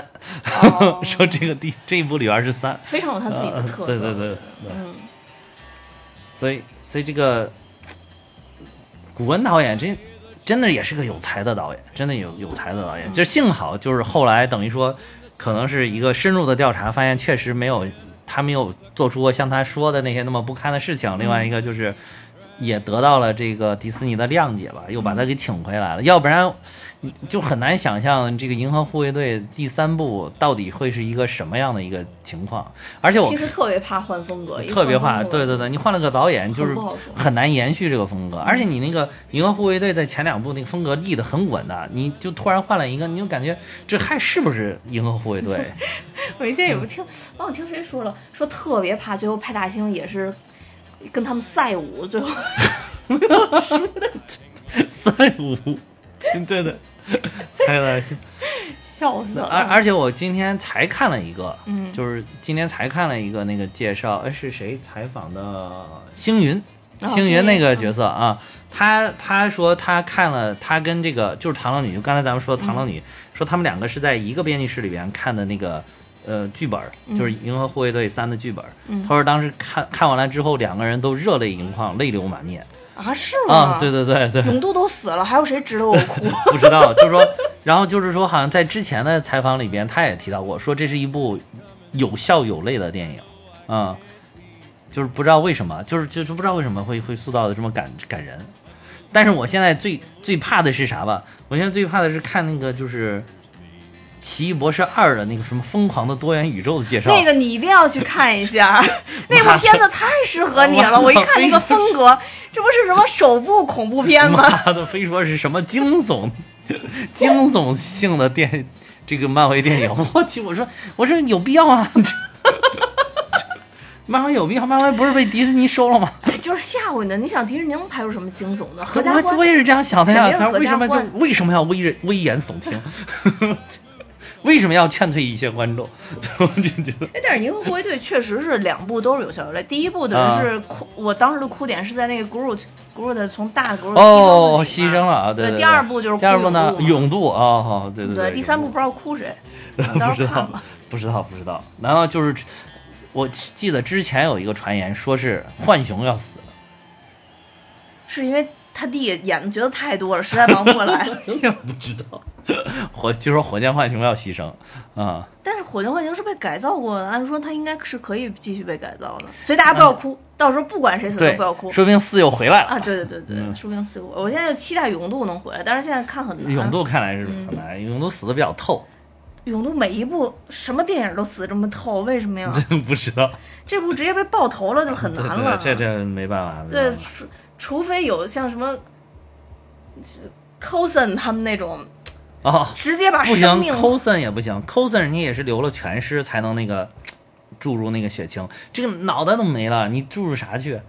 嗯哦 说这个第这一部里边是三，呃非常有他自己的特色。对对对对，嗯，所以所以这个古文导演真真的也是个有才的导演，真的有有才的导演。就幸好就是后来等于说，可能是一个深入的调查，发现确实没有他没有做出过像他说的那些那么不堪的事情。另外一个就是。也得到了这个迪士尼的谅解吧，又把他给请回来了，嗯要不然你就很难想象这个《银河护卫队》第三部到底会是一个什么样的一个情况。而且我嗯其实特别怕换风格，一特别怕，换风格对对对，你换了个导演就是很不好说嗯很难延续这个风格，而且你那个《银河护卫队》在前两部那个风格立得很稳的，你就突然换了一个，你就感觉这还是不是《银河护卫队》 我一天嗯有听，忘了听谁说了，说特别怕最后派大星也是跟他们赛舞，最后 三五？对的， 太恶心。笑死而了。而且我今天才看了一个，嗯就是今天才看了一个那个介绍，哎，是谁采访的？星云，哦星星云云那个角色啊，他他说他看了，他跟这个就是螳螂女，就刚才咱们说的嗯螳螂女，说他们两个是在一个编辑室里边看的那个。呃，剧本嗯就是《银河护卫队三》的剧本。他说当时看看完了之后，两个人都热泪盈眶，泪流满面啊，是吗？啊！对对对对，永渡都死了，还有谁值得我哭？不知道，就是说，然后就是说，好像在之前的采访里边，他也提到过，说这是一部有笑有泪的电影，嗯，就是不知道为什么，就是就是不知道为什么会会塑造的这么感感人。但是我现在最最怕的是啥吧？我现在最怕的是看那个就是《奇异博士二》的那个什么疯狂的多元宇宙的介绍，那个你一定要去看一 下， 那部片子太适合你了。妈我一看那个风格，这不是什么首部恐怖片吗？妈的，非说是什么惊悚、 惊悚性的电，这个漫威电影， 我去，我说我说有必要吗？ 漫威有必要？漫威不是被迪士尼收了吗？哎 就是吓唬你的。你想迪士尼能拍出什么惊悚的？合家我我欢也是这样想的呀肯，定是他为什么合就家欢为什么要危人危言耸听？ 为什么要劝退一些观众？我就觉得哎，但是《银河护卫队》确实是两部都是有笑有泪。第一部等于啊是哭，我当时的哭点是在那个 Groot Groot 从大 Groot 哦，牺牺牲嘛了啊！对对对，第二部就是第二哭部呢，永勇度啊，哦对对对，第三勇部度不知道哭 谁，到时不知候看道吧。，不知道，不知道。难道就是我记得之前有一个传言，说是浣熊要死了，是因为他弟演的角色太多了，实在忙不过 来了。不知 道。火据说火箭浣熊要牺牲，啊、但是火箭浣熊是被改造过的，按说它应该是可以继续被改造的，所以大家不要哭，到时候不管谁死都嗯对不要，哭说不定四又回来了。啊！对对对对，嗯说不定死过。我现在就期待永渡能回来，但是现在看很难。永度看来嗯是很难，永度死的比较透， 永渡每一部什么电影都死这么透，为什么 呀？不知道。这部直接被爆头了就嗯很对难了。对，这这没办法。没对办法除除非有像什么 Coulson 他们那种哦，直接把不生行命，coson 也不行，coson 人家也是留了全尸才能那个注入那个血清，这个脑袋都没了，你注入啥去？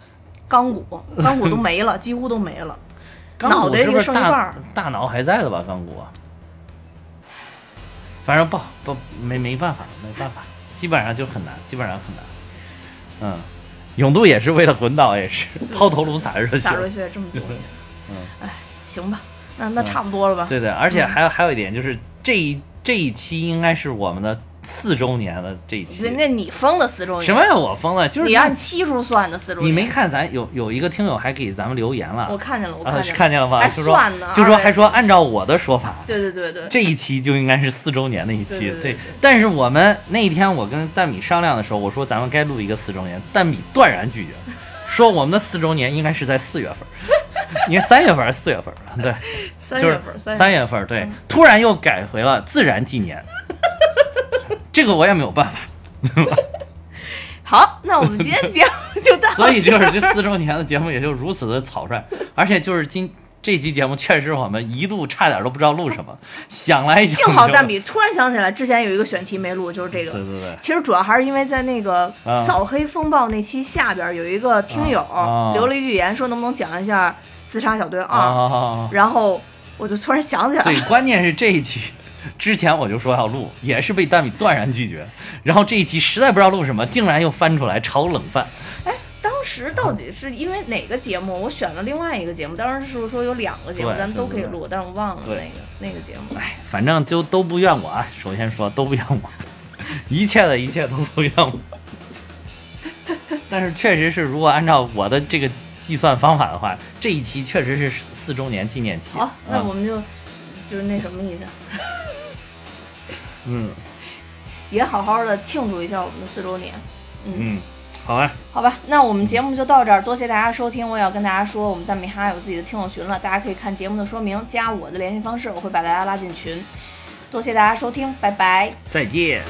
钢骨，钢骨都没了，几乎都没了。钢脑骨袋是就不是剩一半大儿，大脑还在的吧？钢骨，啊反正不好不没没办法，没办法，基本上就很难，基本上很难。嗯，永渡也是为了滚倒，也是抛头颅洒热血洒。热血这么多年，嗯，哎，行吧，那那差不多了吧？对对，而嗯且还有、还有一点就是这一这一期应该是我们的四周年的这一期人。家你封的四周年，什么？呀？我疯了，就是你按期数算的四周年，你没？看咱有有一个听友还给咱们留言了，我看见了，我啊见了，看见了吗？还就说算呢，就说二位还说按照我的说法，对对对对，这一期就应该是四周年的一期，对对对对但是我们那一天我跟蛋米商量的时候，我说咱们该录一个四周年，蛋米断然拒绝，说我们的四周年应该是在四月份。 因为三月份还是四月份？对，三就月是份，三月月份，对，突然又改回了自然纪 年，这个我也没有办法。。份。好，那我们今天节目就到 所以就是这四周年的节目也就如此的草率，而且就是今这期节目确实我们一度差点都不知道录什么，想来想幸好就蛋比突然想起来，之前有一个选题没录，就是这对个。对对，其实主要还是因为在那个啊扫黑风暴那期下边儿有一个听友啊啊留了一句言，说能不能讲一下自杀小队啊啊二，啊啊然后我就突然想起来 对，了，关键是这一期之前我就说要录，也是被蛋比断然拒绝，然后这一期实在不知道录什么，竟然又翻出来炒冷饭，哎，当时到底是因为哪个节目？我选了另外一个节目，当时是不是说有两个节目对咱都可以对对录，但是我忘了那对个那个节目。哎，反正就都不怨我啊，首先说都不怨我，一切的一切都不怨我。但是确实是，如果按照我的这个计算方法的话，这一期确实是四周年纪念期。好，那我嗯们就就是那什么一下，嗯也好好的庆祝一下我们的四周年。嗯，好啊，好吧，那我们节目就到这儿，多谢大家收听。我也要跟大家说，我们蛋米哈有自己的听友群了，大家可以看节目的说明，加我的联系方式，我会把大家拉进群。多谢大家收听，拜拜。再见。